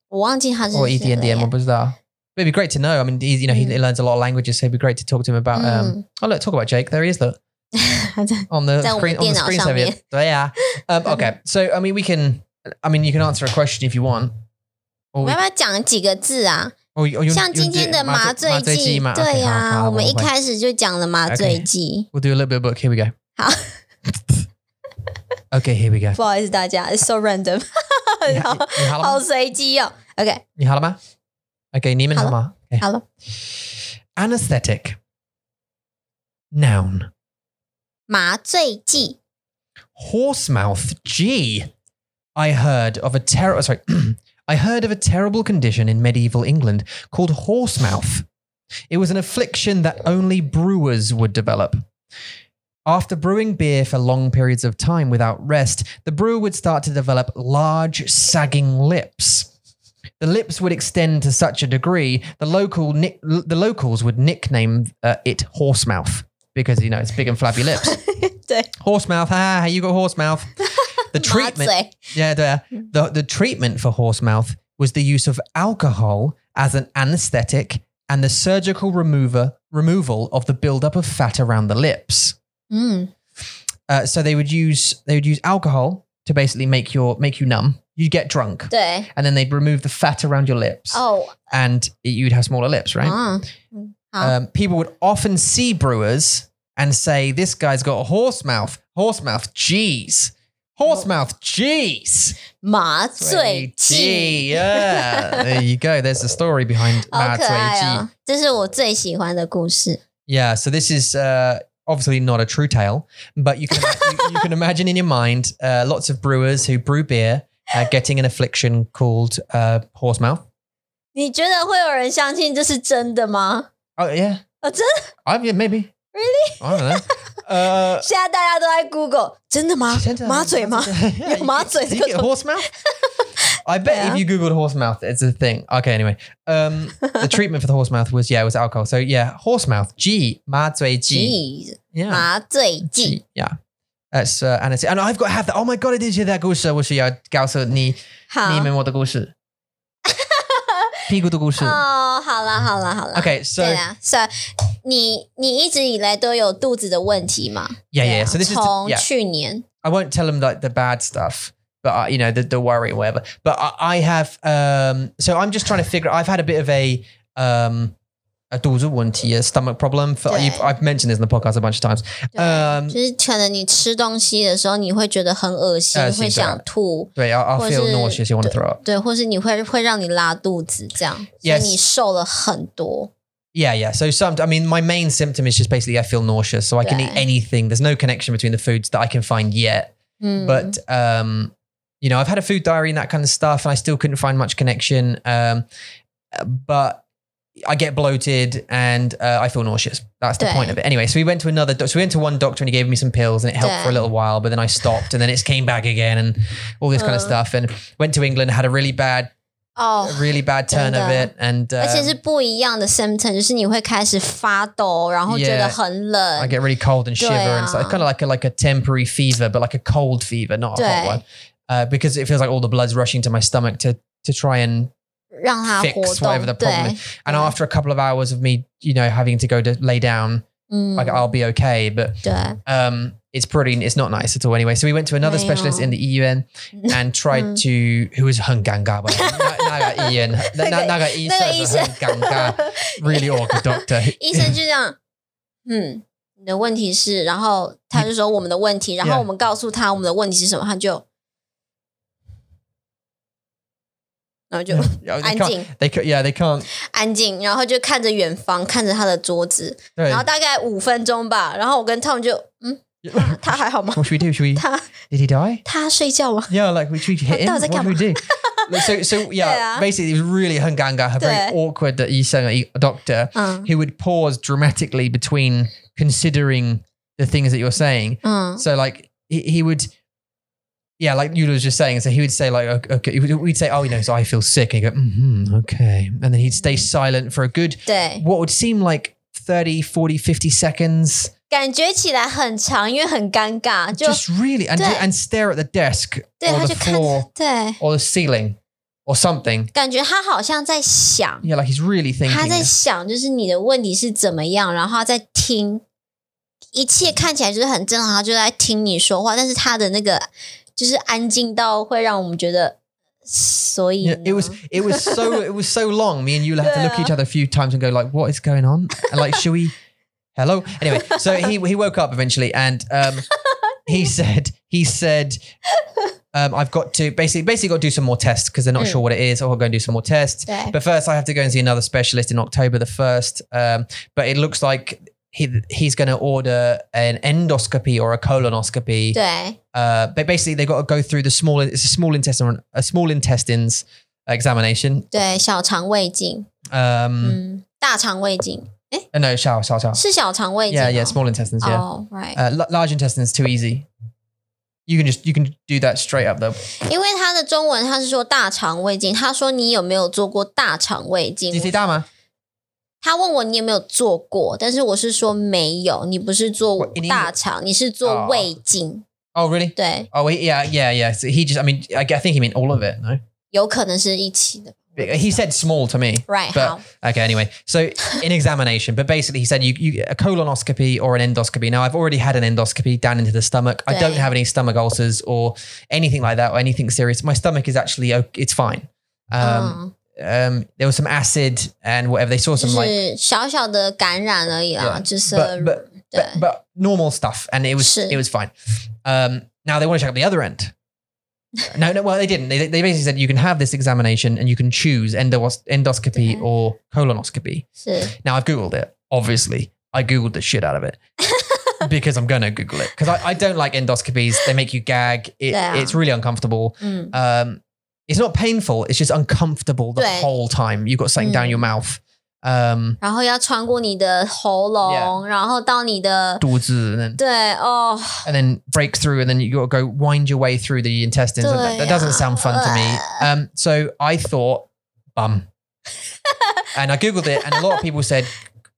[SPEAKER 1] 我忘记他是
[SPEAKER 2] or E
[SPEAKER 1] 谁了
[SPEAKER 2] EDNDM
[SPEAKER 1] 耶
[SPEAKER 2] 我不知道. But it'd be great to know. I mean, he's, you know, he
[SPEAKER 1] Mm.
[SPEAKER 2] learns a lot of languages, so it'd be great to talk to him about.
[SPEAKER 1] 嗯
[SPEAKER 2] Um, oh look, talk about Jake. There he is. Look
[SPEAKER 1] 他在
[SPEAKER 2] on the
[SPEAKER 1] 在我们
[SPEAKER 2] screen on the
[SPEAKER 1] 电脑
[SPEAKER 2] screen saver.
[SPEAKER 1] 上面。
[SPEAKER 2] Yeah. Um, okay. So I mean, we can. I mean, you can answer a question if you want. Or
[SPEAKER 1] 我
[SPEAKER 2] we,
[SPEAKER 1] 要不要讲几个字啊？
[SPEAKER 2] or you, or you,
[SPEAKER 1] 像
[SPEAKER 2] you'll
[SPEAKER 1] 今
[SPEAKER 2] do
[SPEAKER 1] 天的
[SPEAKER 2] it-
[SPEAKER 1] 麻醉剂，
[SPEAKER 2] 麻醉剂嘛。
[SPEAKER 1] 对
[SPEAKER 2] Okay,
[SPEAKER 1] 呀、
[SPEAKER 2] 好，好，
[SPEAKER 1] 我们一
[SPEAKER 2] 我们会。
[SPEAKER 1] 开始就讲了麻醉
[SPEAKER 2] Okay
[SPEAKER 1] 剂。
[SPEAKER 2] We'll do a little bit of book. Here we go.
[SPEAKER 1] 好。
[SPEAKER 2] okay, here we go.
[SPEAKER 1] 不好意思，大家，it's so random，
[SPEAKER 2] 你-
[SPEAKER 1] 好
[SPEAKER 2] 你好了吗？
[SPEAKER 1] 好随机哦。OK，
[SPEAKER 2] 你好了吗？Okay, 你们好吗？Okay.
[SPEAKER 1] 好了。
[SPEAKER 2] Anesthetic. Noun.
[SPEAKER 1] 麻醉剂
[SPEAKER 2] Horsemouth. Gee. I heard of a terrible sorry. I heard of a terrible condition in medieval England called horsemouth. It was an affliction that only brewers would develop. After brewing beer for long periods of time without rest, the brewer would start to develop large, sagging lips. The lips would extend to such a degree the local nick- the locals would nickname uh, it horsemouth because you know it's big and flabby lips.
[SPEAKER 1] 对
[SPEAKER 2] horsemouth, ah, you got horsemouth. The
[SPEAKER 1] 麻
[SPEAKER 2] treatment,
[SPEAKER 1] 醉
[SPEAKER 2] yeah, the, the the treatment for horse mouth was the use of alcohol as an anesthetic and the surgical remover removal of the buildup of fat around the lips.
[SPEAKER 1] 嗯，
[SPEAKER 2] Uh, so they would use they would use alcohol to basically make your make you numb. You'd get drunk,
[SPEAKER 1] 对
[SPEAKER 2] and then they'd remove the fat around your lips,
[SPEAKER 1] 哦，
[SPEAKER 2] and you'd have smaller lips, right?
[SPEAKER 1] 嗯，啊
[SPEAKER 2] Um, people would often see brewers and say, "This guy's got a horse mouth. Horse mouth, jeez, horse mouth, jeez."
[SPEAKER 1] 麻醉
[SPEAKER 2] Matsuei
[SPEAKER 1] 剂
[SPEAKER 2] Ji. Yeah. there you go. There's the story behind
[SPEAKER 1] 好
[SPEAKER 2] Matsuei
[SPEAKER 1] 可爱
[SPEAKER 2] Ji.
[SPEAKER 1] 哦！这是我最喜欢的故事。
[SPEAKER 2] Yeah. So this is uh, obviously not a true tale, but you can you, you can imagine in your mind uh, lots of brewers who brew beer uh, getting an affliction called uh, horse mouth.
[SPEAKER 1] 你觉得会有人相信这是真的吗？
[SPEAKER 2] Oh yeah.
[SPEAKER 1] Oh,真
[SPEAKER 2] I yeah, maybe.
[SPEAKER 1] Really?
[SPEAKER 2] I don't know. Uh,
[SPEAKER 1] 现在大家都在 Google，真的吗
[SPEAKER 2] Santa-？
[SPEAKER 1] 麻醉吗？
[SPEAKER 2] Yeah, you-
[SPEAKER 1] 麻醉
[SPEAKER 2] did you get
[SPEAKER 1] 这个东西。
[SPEAKER 2] horse mouth? I bet
[SPEAKER 1] Yeah.
[SPEAKER 2] if you googled horse mouth, it's a thing. Okay, anyway, um, the treatment for the horse mouth was yeah, it was alcohol. So yeah, horse mouth. G, ma zui ji.
[SPEAKER 1] Jeez，
[SPEAKER 2] Yeah,
[SPEAKER 1] 麻醉剂
[SPEAKER 2] Ji, yeah. That's uh, and it's and I've got to have that. Oh my uh, Ah. god, it is yeah, that 故事。我需要告诉你
[SPEAKER 1] 好，
[SPEAKER 2] 你们我的故事。屁股的故事。
[SPEAKER 1] 哦，好啦好啦好啦
[SPEAKER 2] Okay, so
[SPEAKER 1] 对啦，so 你你一直以来都有肚子的问题吗？
[SPEAKER 2] yeah,
[SPEAKER 1] 对
[SPEAKER 2] yeah.
[SPEAKER 1] 啊
[SPEAKER 2] So this is
[SPEAKER 1] 从
[SPEAKER 2] yeah.
[SPEAKER 1] 去年
[SPEAKER 2] I won't tell him like the bad stuff, but I, you know the the worry or whatever. But I, I have um. So I'm just trying to figure. I've had a bit of a um. A dorsal one tier stomach problem. For,
[SPEAKER 1] Yeah.
[SPEAKER 2] you've, I've mentioned this in the podcast a bunch of times.
[SPEAKER 1] 对
[SPEAKER 2] Um,
[SPEAKER 1] 就是可能你吃东西的时候，你会觉得很恶心，
[SPEAKER 2] 恶心
[SPEAKER 1] 会想
[SPEAKER 2] 对
[SPEAKER 1] 吐，
[SPEAKER 2] 对, I'll, I'll
[SPEAKER 1] Was
[SPEAKER 2] feel
[SPEAKER 1] it-
[SPEAKER 2] nauseous. You want to throw up.
[SPEAKER 1] 对，或是你会会让你拉肚子这样，所以
[SPEAKER 2] Yes
[SPEAKER 1] 你瘦了很多。
[SPEAKER 2] Yeah, yeah. So some, I mean, my main symptom is just basically I feel nauseous, so I can eat
[SPEAKER 1] Yeah.
[SPEAKER 2] anything. There's no connection between the foods that I can find yet.
[SPEAKER 1] 嗯，
[SPEAKER 2] But um, you know, I've had a food diary and that kind of stuff, and I still couldn't find much connection. Um, but I get bloated and uh, I feel nauseous. That's the
[SPEAKER 1] Yeah.
[SPEAKER 2] point of it. Anyway, so we went to another. doc- So we went to one doctor and he gave me some pills and it helped for a
[SPEAKER 1] Yeah.
[SPEAKER 2] little while. But then I stopped and then it came back again and all this kind of
[SPEAKER 1] Uh.
[SPEAKER 2] stuff. And went to England, had a really bad,
[SPEAKER 1] 哦
[SPEAKER 2] a，really
[SPEAKER 1] Oh,
[SPEAKER 2] bad turn of
[SPEAKER 1] Ganda.
[SPEAKER 2] it. And um,
[SPEAKER 1] 而且是不一样的 symptom，就是你会开始发抖，然后觉
[SPEAKER 2] Yeah，
[SPEAKER 1] 得很冷。
[SPEAKER 2] I get really cold and shiver, and it's like,
[SPEAKER 1] Yeah.
[SPEAKER 2] kind of like a like a temporary fever, but like a cold fever, not a hot
[SPEAKER 1] Yeah.
[SPEAKER 2] one, uh, because it feels like all the blood's rushing to my stomach to to try and.
[SPEAKER 1] 让它活
[SPEAKER 2] fix whatever the
[SPEAKER 1] 动，
[SPEAKER 2] problem
[SPEAKER 1] 对
[SPEAKER 2] is，And
[SPEAKER 1] Yeah.
[SPEAKER 2] after a couple of hours of me, you know, having to go to lay down,
[SPEAKER 1] 嗯，
[SPEAKER 2] like I'll be okay, but
[SPEAKER 1] 对，
[SPEAKER 2] um, it's pretty, it's not nice at all. Anyway, so we went to another specialist in the EUN and tried
[SPEAKER 1] Mm.
[SPEAKER 2] to who was Hunganga, by the way. Na- Naga Ian,
[SPEAKER 1] Okay.
[SPEAKER 2] Naga
[SPEAKER 1] 那个
[SPEAKER 2] Isa,
[SPEAKER 1] 医
[SPEAKER 2] is
[SPEAKER 1] 生
[SPEAKER 2] a Hunganga, really awkward doctor.
[SPEAKER 1] 医生就这样，嗯，你的问题是，然后他就说我们的问题，然后
[SPEAKER 2] Yeah.
[SPEAKER 1] 我们告诉他我们的问题是什么，他就，然后就
[SPEAKER 2] Yeah, they
[SPEAKER 1] 安
[SPEAKER 2] can't,
[SPEAKER 1] 静
[SPEAKER 2] they can't, yeah, they can't.
[SPEAKER 1] 安静，然后就看着远方，看着他的桌子，
[SPEAKER 2] 对
[SPEAKER 1] 然后大概五分钟吧，然后我跟 Tom 就，嗯， 他他还好吗？
[SPEAKER 2] What should we do? Should we?
[SPEAKER 1] 他
[SPEAKER 2] Did he die?
[SPEAKER 1] 他睡觉吗？
[SPEAKER 2] Yeah, like we treat hit him.
[SPEAKER 1] That was
[SPEAKER 2] What
[SPEAKER 1] a
[SPEAKER 2] do we do? Like, so, so
[SPEAKER 1] Yeah.
[SPEAKER 2] yeah, basically, it was really hunganga, a very
[SPEAKER 1] Yeah.
[SPEAKER 2] awkward that you sang a doctor
[SPEAKER 1] 嗯
[SPEAKER 2] who would pause dramatically between considering the things that you're saying.
[SPEAKER 1] 嗯
[SPEAKER 2] So, like, he, he would, yeah, like Yula was just saying. So, he would say, like, okay, okay. he would- we'd say, oh, you know, so I feel sick. And he'd go, mm-hmm, okay. And then he'd stay silent for a good,
[SPEAKER 1] 对，
[SPEAKER 2] what would seem like 30, 40, 50 seconds.
[SPEAKER 1] 感觉起来很长，因为很尴尬，就
[SPEAKER 2] just really, and,
[SPEAKER 1] Yeah.
[SPEAKER 2] and stare at the desk
[SPEAKER 1] Yeah,
[SPEAKER 2] or
[SPEAKER 1] how do
[SPEAKER 2] the
[SPEAKER 1] you kind of-
[SPEAKER 2] floor
[SPEAKER 1] 对，
[SPEAKER 2] or the ceiling or something.
[SPEAKER 1] 感觉他好像在想，
[SPEAKER 2] Yeah, like he's really thinking.
[SPEAKER 1] 他在
[SPEAKER 2] this.
[SPEAKER 1] 想，就是你的问题是怎么样，然后他在听，一切看起来就是很正常，他就在听你说话，但是他的那个就是安静到会让我们觉得，所以
[SPEAKER 2] Yeah,
[SPEAKER 1] 呢
[SPEAKER 2] it was it was so it was so long. Me and Yula had to look at each other a few times and go like, "What is going on?" And like, "Should we?" Hello. Anyway, so he he woke up eventually, and um, he said he said, um, "I've got to basically basically got to do some more tests because they're not
[SPEAKER 1] Mm.
[SPEAKER 2] sure what it is. So I'll go and do some more tests."
[SPEAKER 1] 对
[SPEAKER 2] But first, I have to go and see another specialist in October the first. Um, but it looks like he he's going to order an endoscopy or a colonoscopy.
[SPEAKER 1] 对
[SPEAKER 2] Uh, but basically, they've got to go through the small it's a small intestine a small intestines examination.
[SPEAKER 1] 对，小肠胃镜，
[SPEAKER 2] Um,
[SPEAKER 1] 嗯，大肠胃镜
[SPEAKER 2] uh, no, shower, shower, shower.
[SPEAKER 1] 是小肠胃镜
[SPEAKER 2] Yeah, yeah,
[SPEAKER 1] 哦，
[SPEAKER 2] small intestines. Yeah,
[SPEAKER 1] 哦，right，
[SPEAKER 2] uh, l- large intestines too easy. You can just you can do that straight up though.
[SPEAKER 1] 因为他的中文他是说大肠胃镜，他说你有没有做过大肠胃镜？
[SPEAKER 2] Did you see Dama?
[SPEAKER 1] 他问我你有没有做过，但是我是说没有，你不是做
[SPEAKER 2] What, in English？
[SPEAKER 1] 大肠，你是
[SPEAKER 2] 哦
[SPEAKER 1] 做胃镜。
[SPEAKER 2] Oh, really?
[SPEAKER 1] 对，
[SPEAKER 2] Oh, he- yeah, yeah, yeah. So he just I mean I, I think he meant all of it. No,
[SPEAKER 1] 有可能是一起的。
[SPEAKER 2] he said small to me.
[SPEAKER 1] Right，
[SPEAKER 2] But- um，
[SPEAKER 1] 好，
[SPEAKER 2] Okay, anyway, so in examination, but basically he said you, you a colonoscopy or an endoscopy. Now I've already had an endoscopy down into the stomach. I don't
[SPEAKER 1] Right.
[SPEAKER 2] have any stomach ulcers or anything like that or anything serious. My stomach is actually o- it's fine. Um,
[SPEAKER 1] 嗯，
[SPEAKER 2] um, there was some acid and whatever. They saw
[SPEAKER 1] 就
[SPEAKER 2] some like
[SPEAKER 1] 是小小的感染而已啦，
[SPEAKER 2] Yeah，
[SPEAKER 1] 就是
[SPEAKER 2] but but,
[SPEAKER 1] 对
[SPEAKER 2] but but normal stuff, and it was
[SPEAKER 1] Shit.
[SPEAKER 2] it was fine. Um, now they want to check the other end. No, no. Well, they didn't. They, they basically said you can have this examination and you can choose endos- endoscopy
[SPEAKER 1] Yeah.
[SPEAKER 2] or colonoscopy.
[SPEAKER 1] 是
[SPEAKER 2] Now I've Googled it. Obviously, I Googled the shit out of it because I'm going to Google it because I, I don't like endoscopies. They make you gag. It,
[SPEAKER 1] Yeah.
[SPEAKER 2] It's really uncomfortable.
[SPEAKER 1] 嗯
[SPEAKER 2] Um, it's not painful. It's just uncomfortable the
[SPEAKER 1] Right.
[SPEAKER 2] whole time. You've got something down
[SPEAKER 1] Mm.
[SPEAKER 2] your mouth. Um,
[SPEAKER 1] 然后要穿过你的喉咙
[SPEAKER 2] Yeah
[SPEAKER 1] 然后到你的
[SPEAKER 2] doors and then,
[SPEAKER 1] 对哦，
[SPEAKER 2] and then break through and then you got to go wind your way through the intestines. And that, that doesn't sound fun to me. Um, so I thought bum, and I Googled it and a lot of people said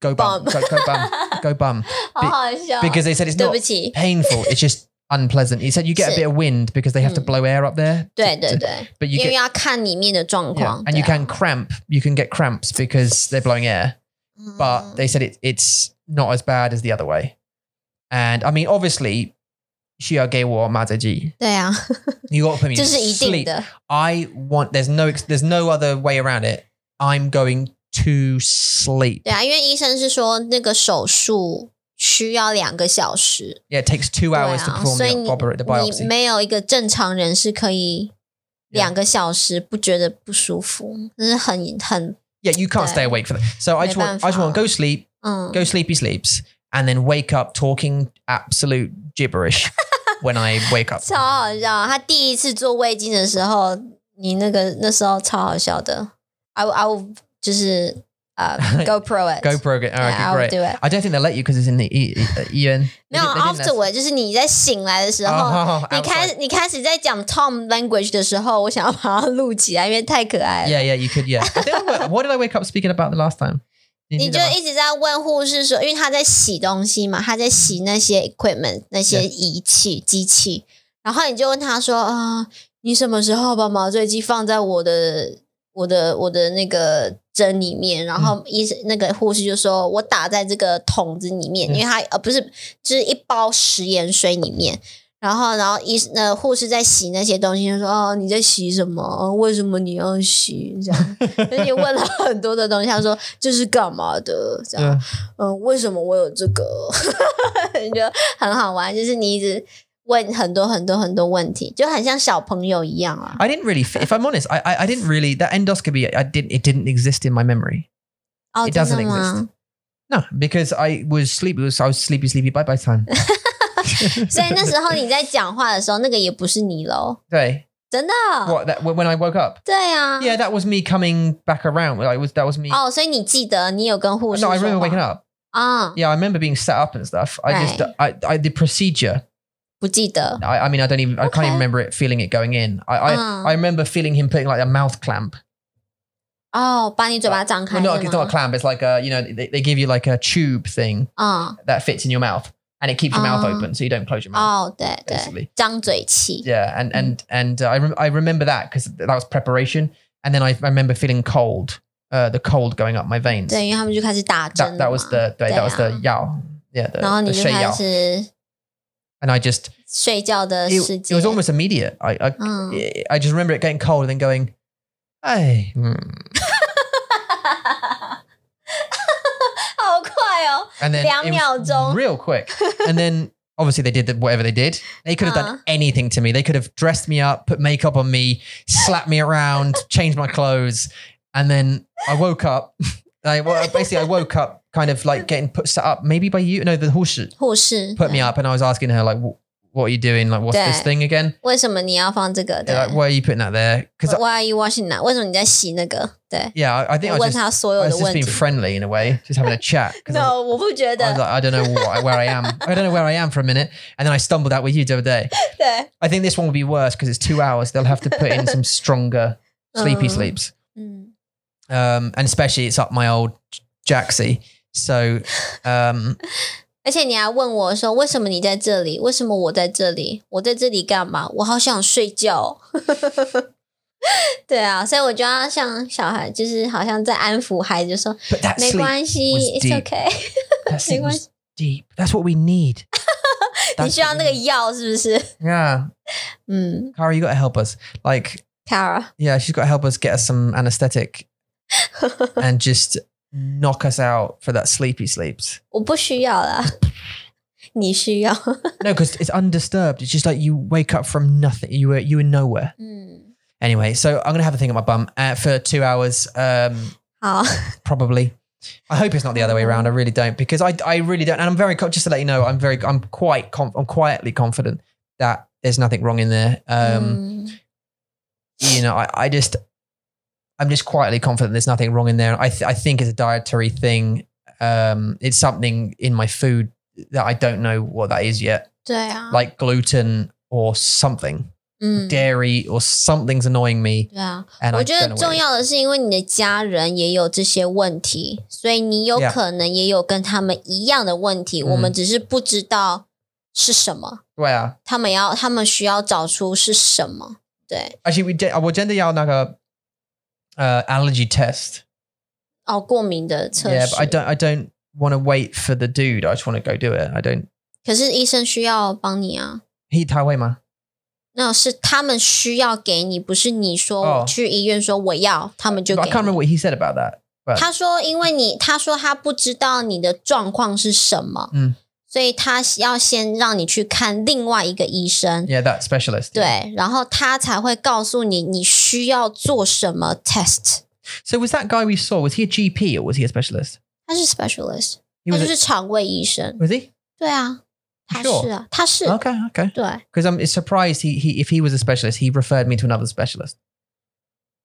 [SPEAKER 2] go bum,
[SPEAKER 1] Bum.
[SPEAKER 2] Go, go bum, go bum
[SPEAKER 1] 好好笑，啊
[SPEAKER 2] because they said it's
[SPEAKER 1] 对
[SPEAKER 2] not
[SPEAKER 1] 不起，
[SPEAKER 2] painful. It's just unpleasant. He said you get a
[SPEAKER 1] 是。
[SPEAKER 2] bit of wind because they have to
[SPEAKER 1] Mm.
[SPEAKER 2] blow air up there.
[SPEAKER 1] 对对对，
[SPEAKER 2] But you
[SPEAKER 1] 因为
[SPEAKER 2] get
[SPEAKER 1] 要看里面的状
[SPEAKER 2] yeah,
[SPEAKER 1] 况。
[SPEAKER 2] and
[SPEAKER 1] 对
[SPEAKER 2] you
[SPEAKER 1] 啊
[SPEAKER 2] can cramp. You can get cramps because they're blowing air. But
[SPEAKER 1] 嗯
[SPEAKER 2] they said it, it's not as bad as the other way. And I mean, obviously, 需要给我麻醉剂.
[SPEAKER 1] 对啊，
[SPEAKER 2] You got to put me
[SPEAKER 1] 这
[SPEAKER 2] to
[SPEAKER 1] 是一定
[SPEAKER 2] sleep.
[SPEAKER 1] 的。
[SPEAKER 2] I want. There's no. ex- There's no other way around it. I'm going to sleep.
[SPEAKER 1] 对啊，因为医生是说那个手术需要两个小时，
[SPEAKER 2] Yeah, it takes two
[SPEAKER 1] 对
[SPEAKER 2] hours to
[SPEAKER 1] 啊，
[SPEAKER 2] perform
[SPEAKER 1] 所
[SPEAKER 2] the,
[SPEAKER 1] 以你
[SPEAKER 2] oper- the biopsy.
[SPEAKER 1] 你没有一个正常人是可以
[SPEAKER 2] Yeah.
[SPEAKER 1] 两个小时不觉得不舒服，这是很很
[SPEAKER 2] yeah, you can't
[SPEAKER 1] Yeah.
[SPEAKER 2] stay awake for that. So I just want. I just want to go sleep.
[SPEAKER 1] 嗯
[SPEAKER 2] Go sleepy sleeps, and then wake up talking absolute gibberish when I wake up.
[SPEAKER 1] 超好笑。他第一次做胃镜的时候，你那个那时候超好笑的。I will- I will 就是 呃 GoPro it
[SPEAKER 2] Go broke it.
[SPEAKER 1] Yeah, I
[SPEAKER 2] Okay,
[SPEAKER 1] will
[SPEAKER 2] great.
[SPEAKER 1] do it.
[SPEAKER 2] I don't think they'll let you because it's in the E- E- EN.
[SPEAKER 1] 没有 afterward 就是你在醒来的时候。
[SPEAKER 2] 啊
[SPEAKER 1] 你开
[SPEAKER 2] Oh,
[SPEAKER 1] 你开始在讲 Tom language 的时候，我想要把它录起来，因为太可爱了。
[SPEAKER 2] yeah, yeah, you could. Yeah. I think I wa- what did I wake up speaking about the last time?
[SPEAKER 1] 你
[SPEAKER 2] think
[SPEAKER 1] 就
[SPEAKER 2] about-
[SPEAKER 1] 一直在问护士说，因为他在洗东西嘛，他在洗那些 equipment 那些仪器机器，然后你就问他说啊、你什么时候把麻醉剂放在我的我的我的那个针里面？然后医生、那个护士就说，我打在这个桶子里面，
[SPEAKER 2] 嗯
[SPEAKER 1] 因为它呃不是就是一包食盐水里面。然后，然后医那护士在洗那些东西，就说：“哦，你在洗什么？哦、为什么你要洗？”这样，所以你问了很多的东西，他说这是干嘛的？这样，嗯、为什么我有这个？ 你觉得很好玩，就是你一直问很多很多很多问题，就很像小朋友一样啊。
[SPEAKER 2] I didn't really. f- If I'm honest, I, I I didn't really that endoscopy. I didn't. It didn't exist in my memory.
[SPEAKER 1] 哦，
[SPEAKER 2] It
[SPEAKER 1] 真
[SPEAKER 2] doesn't
[SPEAKER 1] 的
[SPEAKER 2] exist.
[SPEAKER 1] 吗？
[SPEAKER 2] No, because I was sleepy. Was, I was sleepy, sleepy. Bye, bye time.
[SPEAKER 1] 所以那时候你在讲话的时候，那个也不是你喽，
[SPEAKER 2] Hey,
[SPEAKER 1] 真的？
[SPEAKER 2] what? That, when I woke up.
[SPEAKER 1] 对啊。
[SPEAKER 2] Yeah, that was me coming back around. Like was that was me.
[SPEAKER 1] 哦，所以你记得你有跟护士
[SPEAKER 2] no, I remember
[SPEAKER 1] 说话
[SPEAKER 2] waking up.
[SPEAKER 1] 啊、
[SPEAKER 2] Yeah, I remember being set up and stuff. I just,
[SPEAKER 1] Right.
[SPEAKER 2] I, I, the procedure.
[SPEAKER 1] 不记得。
[SPEAKER 2] I, I mean, I don't even, I can't
[SPEAKER 1] Okay.
[SPEAKER 2] even remember it feeling it going in. I, I,
[SPEAKER 1] Ah.
[SPEAKER 2] I remember feeling him putting like a mouth clamp.
[SPEAKER 1] 哦，把你嘴巴张
[SPEAKER 2] Well,
[SPEAKER 1] 开
[SPEAKER 2] not,
[SPEAKER 1] 是
[SPEAKER 2] it's not
[SPEAKER 1] 吗
[SPEAKER 2] a clamp. It's like a, you know, they, they give you like a tube thing
[SPEAKER 1] 嗯，
[SPEAKER 2] that fits in your mouth and it keeps your mouth
[SPEAKER 1] Ah.
[SPEAKER 2] open so you don't close your mouth.
[SPEAKER 1] 哦，对对，
[SPEAKER 2] Basically,
[SPEAKER 1] 张嘴气。
[SPEAKER 2] yeah, and and and uh, I rem- I remember that because that was preparation, and then I, I remember feeling cold, uh, the cold going up my veins.
[SPEAKER 1] 对，因为他们就开始打针
[SPEAKER 2] That
[SPEAKER 1] 了
[SPEAKER 2] that was
[SPEAKER 1] 嘛
[SPEAKER 2] the that, that was the
[SPEAKER 1] 对啊
[SPEAKER 2] yao, yeah, the,
[SPEAKER 1] 然后
[SPEAKER 2] the
[SPEAKER 1] 你就
[SPEAKER 2] shui
[SPEAKER 1] 开
[SPEAKER 2] yao,
[SPEAKER 1] 始
[SPEAKER 2] and I just
[SPEAKER 1] 睡觉的
[SPEAKER 2] it,
[SPEAKER 1] 时
[SPEAKER 2] it
[SPEAKER 1] 间。
[SPEAKER 2] was almost immediate. I I,
[SPEAKER 1] 嗯，
[SPEAKER 2] Mm. I just remember it getting cold and then going, hey, hmm,"
[SPEAKER 1] 好快哦！
[SPEAKER 2] and then it was
[SPEAKER 1] 两秒钟。
[SPEAKER 2] real quick, and then. Obviously, they did the, whatever they did. They could have done anything to me. They could have dressed me up, put makeup on me, slapped me around, changed my clothes, and then I woke up. I well, basically I woke up, kind of like getting put set up, maybe by you. No, the horse
[SPEAKER 1] 护士
[SPEAKER 2] put me
[SPEAKER 1] 对
[SPEAKER 2] up, and I was asking her like, "Wh- "What are you doing? Like, what's this
[SPEAKER 1] Yeah.
[SPEAKER 2] thing again?
[SPEAKER 1] 为什么你要放这个？对
[SPEAKER 2] Yeah, like, why are you putting that there?" Because
[SPEAKER 1] ，Why are you washing that？为什么你在洗那个？对，
[SPEAKER 2] yeah, I, I think I
[SPEAKER 1] 我
[SPEAKER 2] was
[SPEAKER 1] 问
[SPEAKER 2] just
[SPEAKER 1] 他所
[SPEAKER 2] I
[SPEAKER 1] 有的
[SPEAKER 2] was just
[SPEAKER 1] 问题
[SPEAKER 2] being。friendly in a way, just having a chat. 'cause I, was,
[SPEAKER 1] No，我不觉
[SPEAKER 2] I was
[SPEAKER 1] 得。
[SPEAKER 2] like, I don't know what, where I am. I don't know where I am for a minute. And then I stumbled out with you the other day.
[SPEAKER 1] 对，
[SPEAKER 2] I think this one will be worse because it's two hours. They'll have to put in some stronger sleepy
[SPEAKER 1] Oh.
[SPEAKER 2] sleeps.
[SPEAKER 1] 嗯，
[SPEAKER 2] Um, and especially it's up my old Jaxie. So um,
[SPEAKER 1] 而且你还问我说，为什么你在这里？为什么我在这里？我在这里干嘛？我好想睡觉 哦、对啊，所以我就要像小孩，就是好像在安抚孩子，就说
[SPEAKER 2] but that
[SPEAKER 1] 没
[SPEAKER 2] sleep,
[SPEAKER 1] 关系
[SPEAKER 2] was
[SPEAKER 1] ，It's
[SPEAKER 2] deep.
[SPEAKER 1] okay。
[SPEAKER 2] that sleep was deep. That's what we need.
[SPEAKER 1] 你
[SPEAKER 2] That's
[SPEAKER 1] 需要
[SPEAKER 2] what
[SPEAKER 1] 那
[SPEAKER 2] we
[SPEAKER 1] 个
[SPEAKER 2] need.
[SPEAKER 1] 药是不是？
[SPEAKER 2] Yeah.
[SPEAKER 1] 嗯
[SPEAKER 2] Cara, you got to help us. Like,
[SPEAKER 1] ，Cara，
[SPEAKER 2] yeah, she's got to help us get us some anesthetic and just knock us out for that sleepy sleeps.
[SPEAKER 1] 我不需要啦，你需 要。
[SPEAKER 2] No, because it's undisturbed. It's just like you wake up from nothing. You were you were nowhere.
[SPEAKER 1] 嗯，
[SPEAKER 2] Anyway, so I'm gonna have a thing at my bum uh, for two hours, um,
[SPEAKER 1] 好，
[SPEAKER 2] probably. I hope it's not the other way around. I really don't because I I really don't. And I'm very co- just to let you know, I'm very I'm quite conf- I'm quietly confident that there's nothing wrong in there. Um,
[SPEAKER 1] 嗯，
[SPEAKER 2] You know, I I just I'm just quietly confident there's nothing wrong in there. I th- I think it's a dietary thing. Um, it's something in my food that I don't know what that is yet,
[SPEAKER 1] 对啊，
[SPEAKER 2] like gluten or something.
[SPEAKER 1] 嗯，对
[SPEAKER 2] dairy or something's annoying me
[SPEAKER 1] 啊。
[SPEAKER 2] and I
[SPEAKER 1] 我觉
[SPEAKER 2] don't
[SPEAKER 1] 得
[SPEAKER 2] know
[SPEAKER 1] 重
[SPEAKER 2] what it is.
[SPEAKER 1] 要的是，因为你的家人也有这些问题，所以你有
[SPEAKER 2] Yeah. 嗯
[SPEAKER 1] 可能也有跟他们一样的问题，我们只是不知道是什么，
[SPEAKER 2] 对啊，
[SPEAKER 1] 他们要他们需要找出是什么。对，
[SPEAKER 2] 而且我真我真的要那个呃 allergy test。
[SPEAKER 1] 哦，过敏的测
[SPEAKER 2] Yeah,
[SPEAKER 1] 试
[SPEAKER 2] but I don't I don't want to wait for the dude. I just want to go do it. I don't.
[SPEAKER 1] 可是医生需要帮你啊。
[SPEAKER 2] He 他会吗？
[SPEAKER 1] 那是他们需要给你，不是你
[SPEAKER 2] 哦
[SPEAKER 1] 说去医院说我要，啊他们就
[SPEAKER 2] But I
[SPEAKER 1] 给
[SPEAKER 2] can't
[SPEAKER 1] 你
[SPEAKER 2] remember what he said about that. But
[SPEAKER 1] 他说，因为你他说他不知道你的状况是什么，
[SPEAKER 2] 嗯，
[SPEAKER 1] 所以他要先让你去看另外一个医生，
[SPEAKER 2] yeah, that specialist.
[SPEAKER 1] 对，然后他才会告诉你你需要做什么 test。
[SPEAKER 2] So was that guy we saw? Was he a GP or was he a specialist?
[SPEAKER 1] 他是 specialist，
[SPEAKER 2] He
[SPEAKER 1] 他
[SPEAKER 2] was.
[SPEAKER 1] 就
[SPEAKER 2] A,
[SPEAKER 1] 是肠胃医生，
[SPEAKER 2] was he?
[SPEAKER 1] 对啊，他
[SPEAKER 2] Sure
[SPEAKER 1] 是啊，他是
[SPEAKER 2] Okay, okay.
[SPEAKER 1] 对，
[SPEAKER 2] Because I'm surprised he, he if he was a specialist, he referred me to another specialist.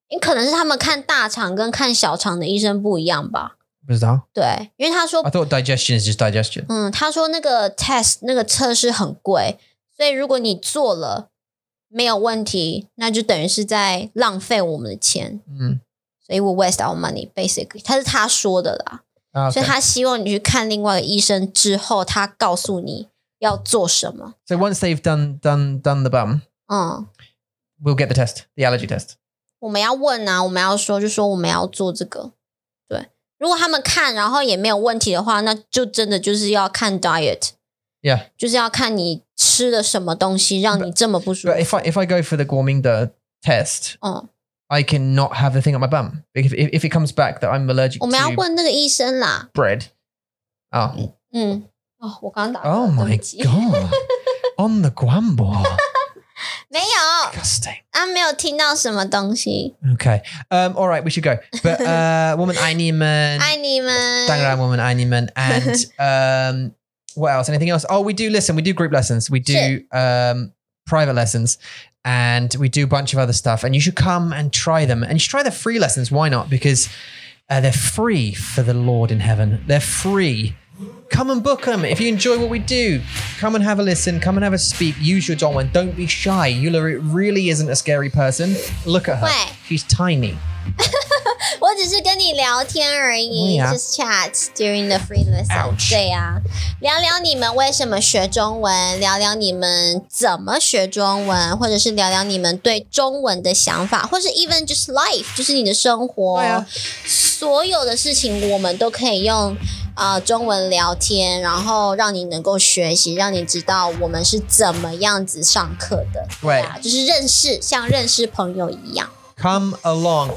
[SPEAKER 1] 你可能是他们看大肠跟看小肠的医生不一样吧？
[SPEAKER 2] Bizarre.
[SPEAKER 1] 对，因为他说
[SPEAKER 2] I thought digestion is just digestion.
[SPEAKER 1] 嗯，他说那个 test 那个测试很贵，所以如果你做了没有问题，那就等于是在浪费我们的钱，
[SPEAKER 2] Mm.
[SPEAKER 1] 所以我 waste our money basically。他是他说的啦
[SPEAKER 2] Ah, Okay.
[SPEAKER 1] 所以他希望你去看另外一个医生之后，他告诉你要做什么。
[SPEAKER 2] So once they've done done done the bum,
[SPEAKER 1] 嗯，
[SPEAKER 2] we'll get the test, the allergy test.
[SPEAKER 1] 我们要问啊，我们要说，就说我们要做这个。对，如果他们看然后也没有问题的话，那就真的就是要看 diet，
[SPEAKER 2] Yeah.
[SPEAKER 1] 就是要看你吃了什么东西让你这么不舒
[SPEAKER 2] But
[SPEAKER 1] 服。
[SPEAKER 2] if I if I go for the Guaminda test,
[SPEAKER 1] 嗯。
[SPEAKER 2] I can not have the thing up my bum. If, if, if it comes back that I'm allergic
[SPEAKER 1] 我们要
[SPEAKER 2] to
[SPEAKER 1] 问那个医生啦。
[SPEAKER 2] bread. Oh.
[SPEAKER 1] 嗯，哦，我刚打嗝
[SPEAKER 2] Oh
[SPEAKER 1] 对
[SPEAKER 2] my
[SPEAKER 1] 不起
[SPEAKER 2] god. On the guambo.
[SPEAKER 1] 没有，
[SPEAKER 2] Disgusting.
[SPEAKER 1] 啊，没有听到什么东西。
[SPEAKER 2] Okay. Um, all right, we should go. But uh woman Eineman.
[SPEAKER 1] 爱你们，
[SPEAKER 2] Dangaran woman Eineman and um what else? Anything else? Oh, we do listen, we do group lessons, we do um private lessons. And we do a bunch of other stuff, and you should come and try them. And you should try the free lessons. Why not? Because Uh, they're free for the Lord in heaven. They're free. Come and book them. If you enjoy what we do, come and have a listen. Come and have a speak. Use your Dong and Don't be shy. Yula it really isn't a scary person. Look at her.
[SPEAKER 1] Wait.
[SPEAKER 2] She's tiny.
[SPEAKER 1] 我只是跟你聊天而已、
[SPEAKER 2] 对啊
[SPEAKER 1] j u s t chat during the free lesson。
[SPEAKER 2] Ouch
[SPEAKER 1] 对呀、聊聊你们为什么学中文，聊聊你们怎么学中文，或者是聊聊你们对中文的想法，或是 even just life，就是你的生活。
[SPEAKER 2] 对啊
[SPEAKER 1] 所有的事情我们都可以用呃中文聊天，然后让你能够学习，让你知道我们是怎么样子上课的。
[SPEAKER 2] 对
[SPEAKER 1] 啊，就是认识，像认识朋友一样。
[SPEAKER 2] come along.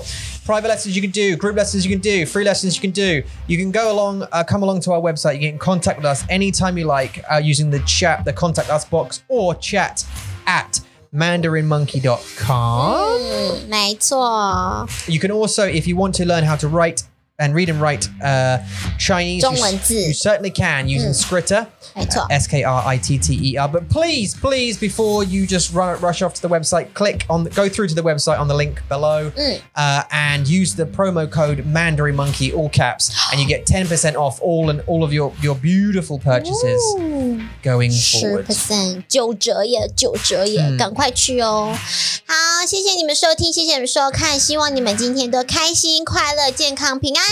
[SPEAKER 2] Private lessons you can do, group lessons you can do, free lessons you can do. You can go along, uh, come along to our website. You can get in contact with us anytime you like uh, using the chat, the contact us box, or chat at mandarinmonkey.com.
[SPEAKER 1] 嗯，没错，
[SPEAKER 2] You can also, if you want to learn how to write and read and write uh, Chinese, you, s-
[SPEAKER 1] 中文字。
[SPEAKER 2] you certainly can using Scritter,
[SPEAKER 1] 没错。
[SPEAKER 2] S K R I T T E R. But please, please, before you just run, rush off to the website, click on, the, go through to the website on the link below, uh, and use the promo code Mandarin Monkey, all caps, and you get ten percent off all and all of your your beautiful purchases going
[SPEAKER 1] 十
[SPEAKER 2] forward.
[SPEAKER 1] percent 九折耶，九折耶，赶快去哦！好，谢谢你们收听，谢谢你们收看，希望你们今天都开心、快乐、健康、平安。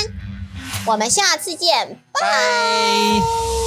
[SPEAKER 1] 我们下次见，拜。
[SPEAKER 2] Bye.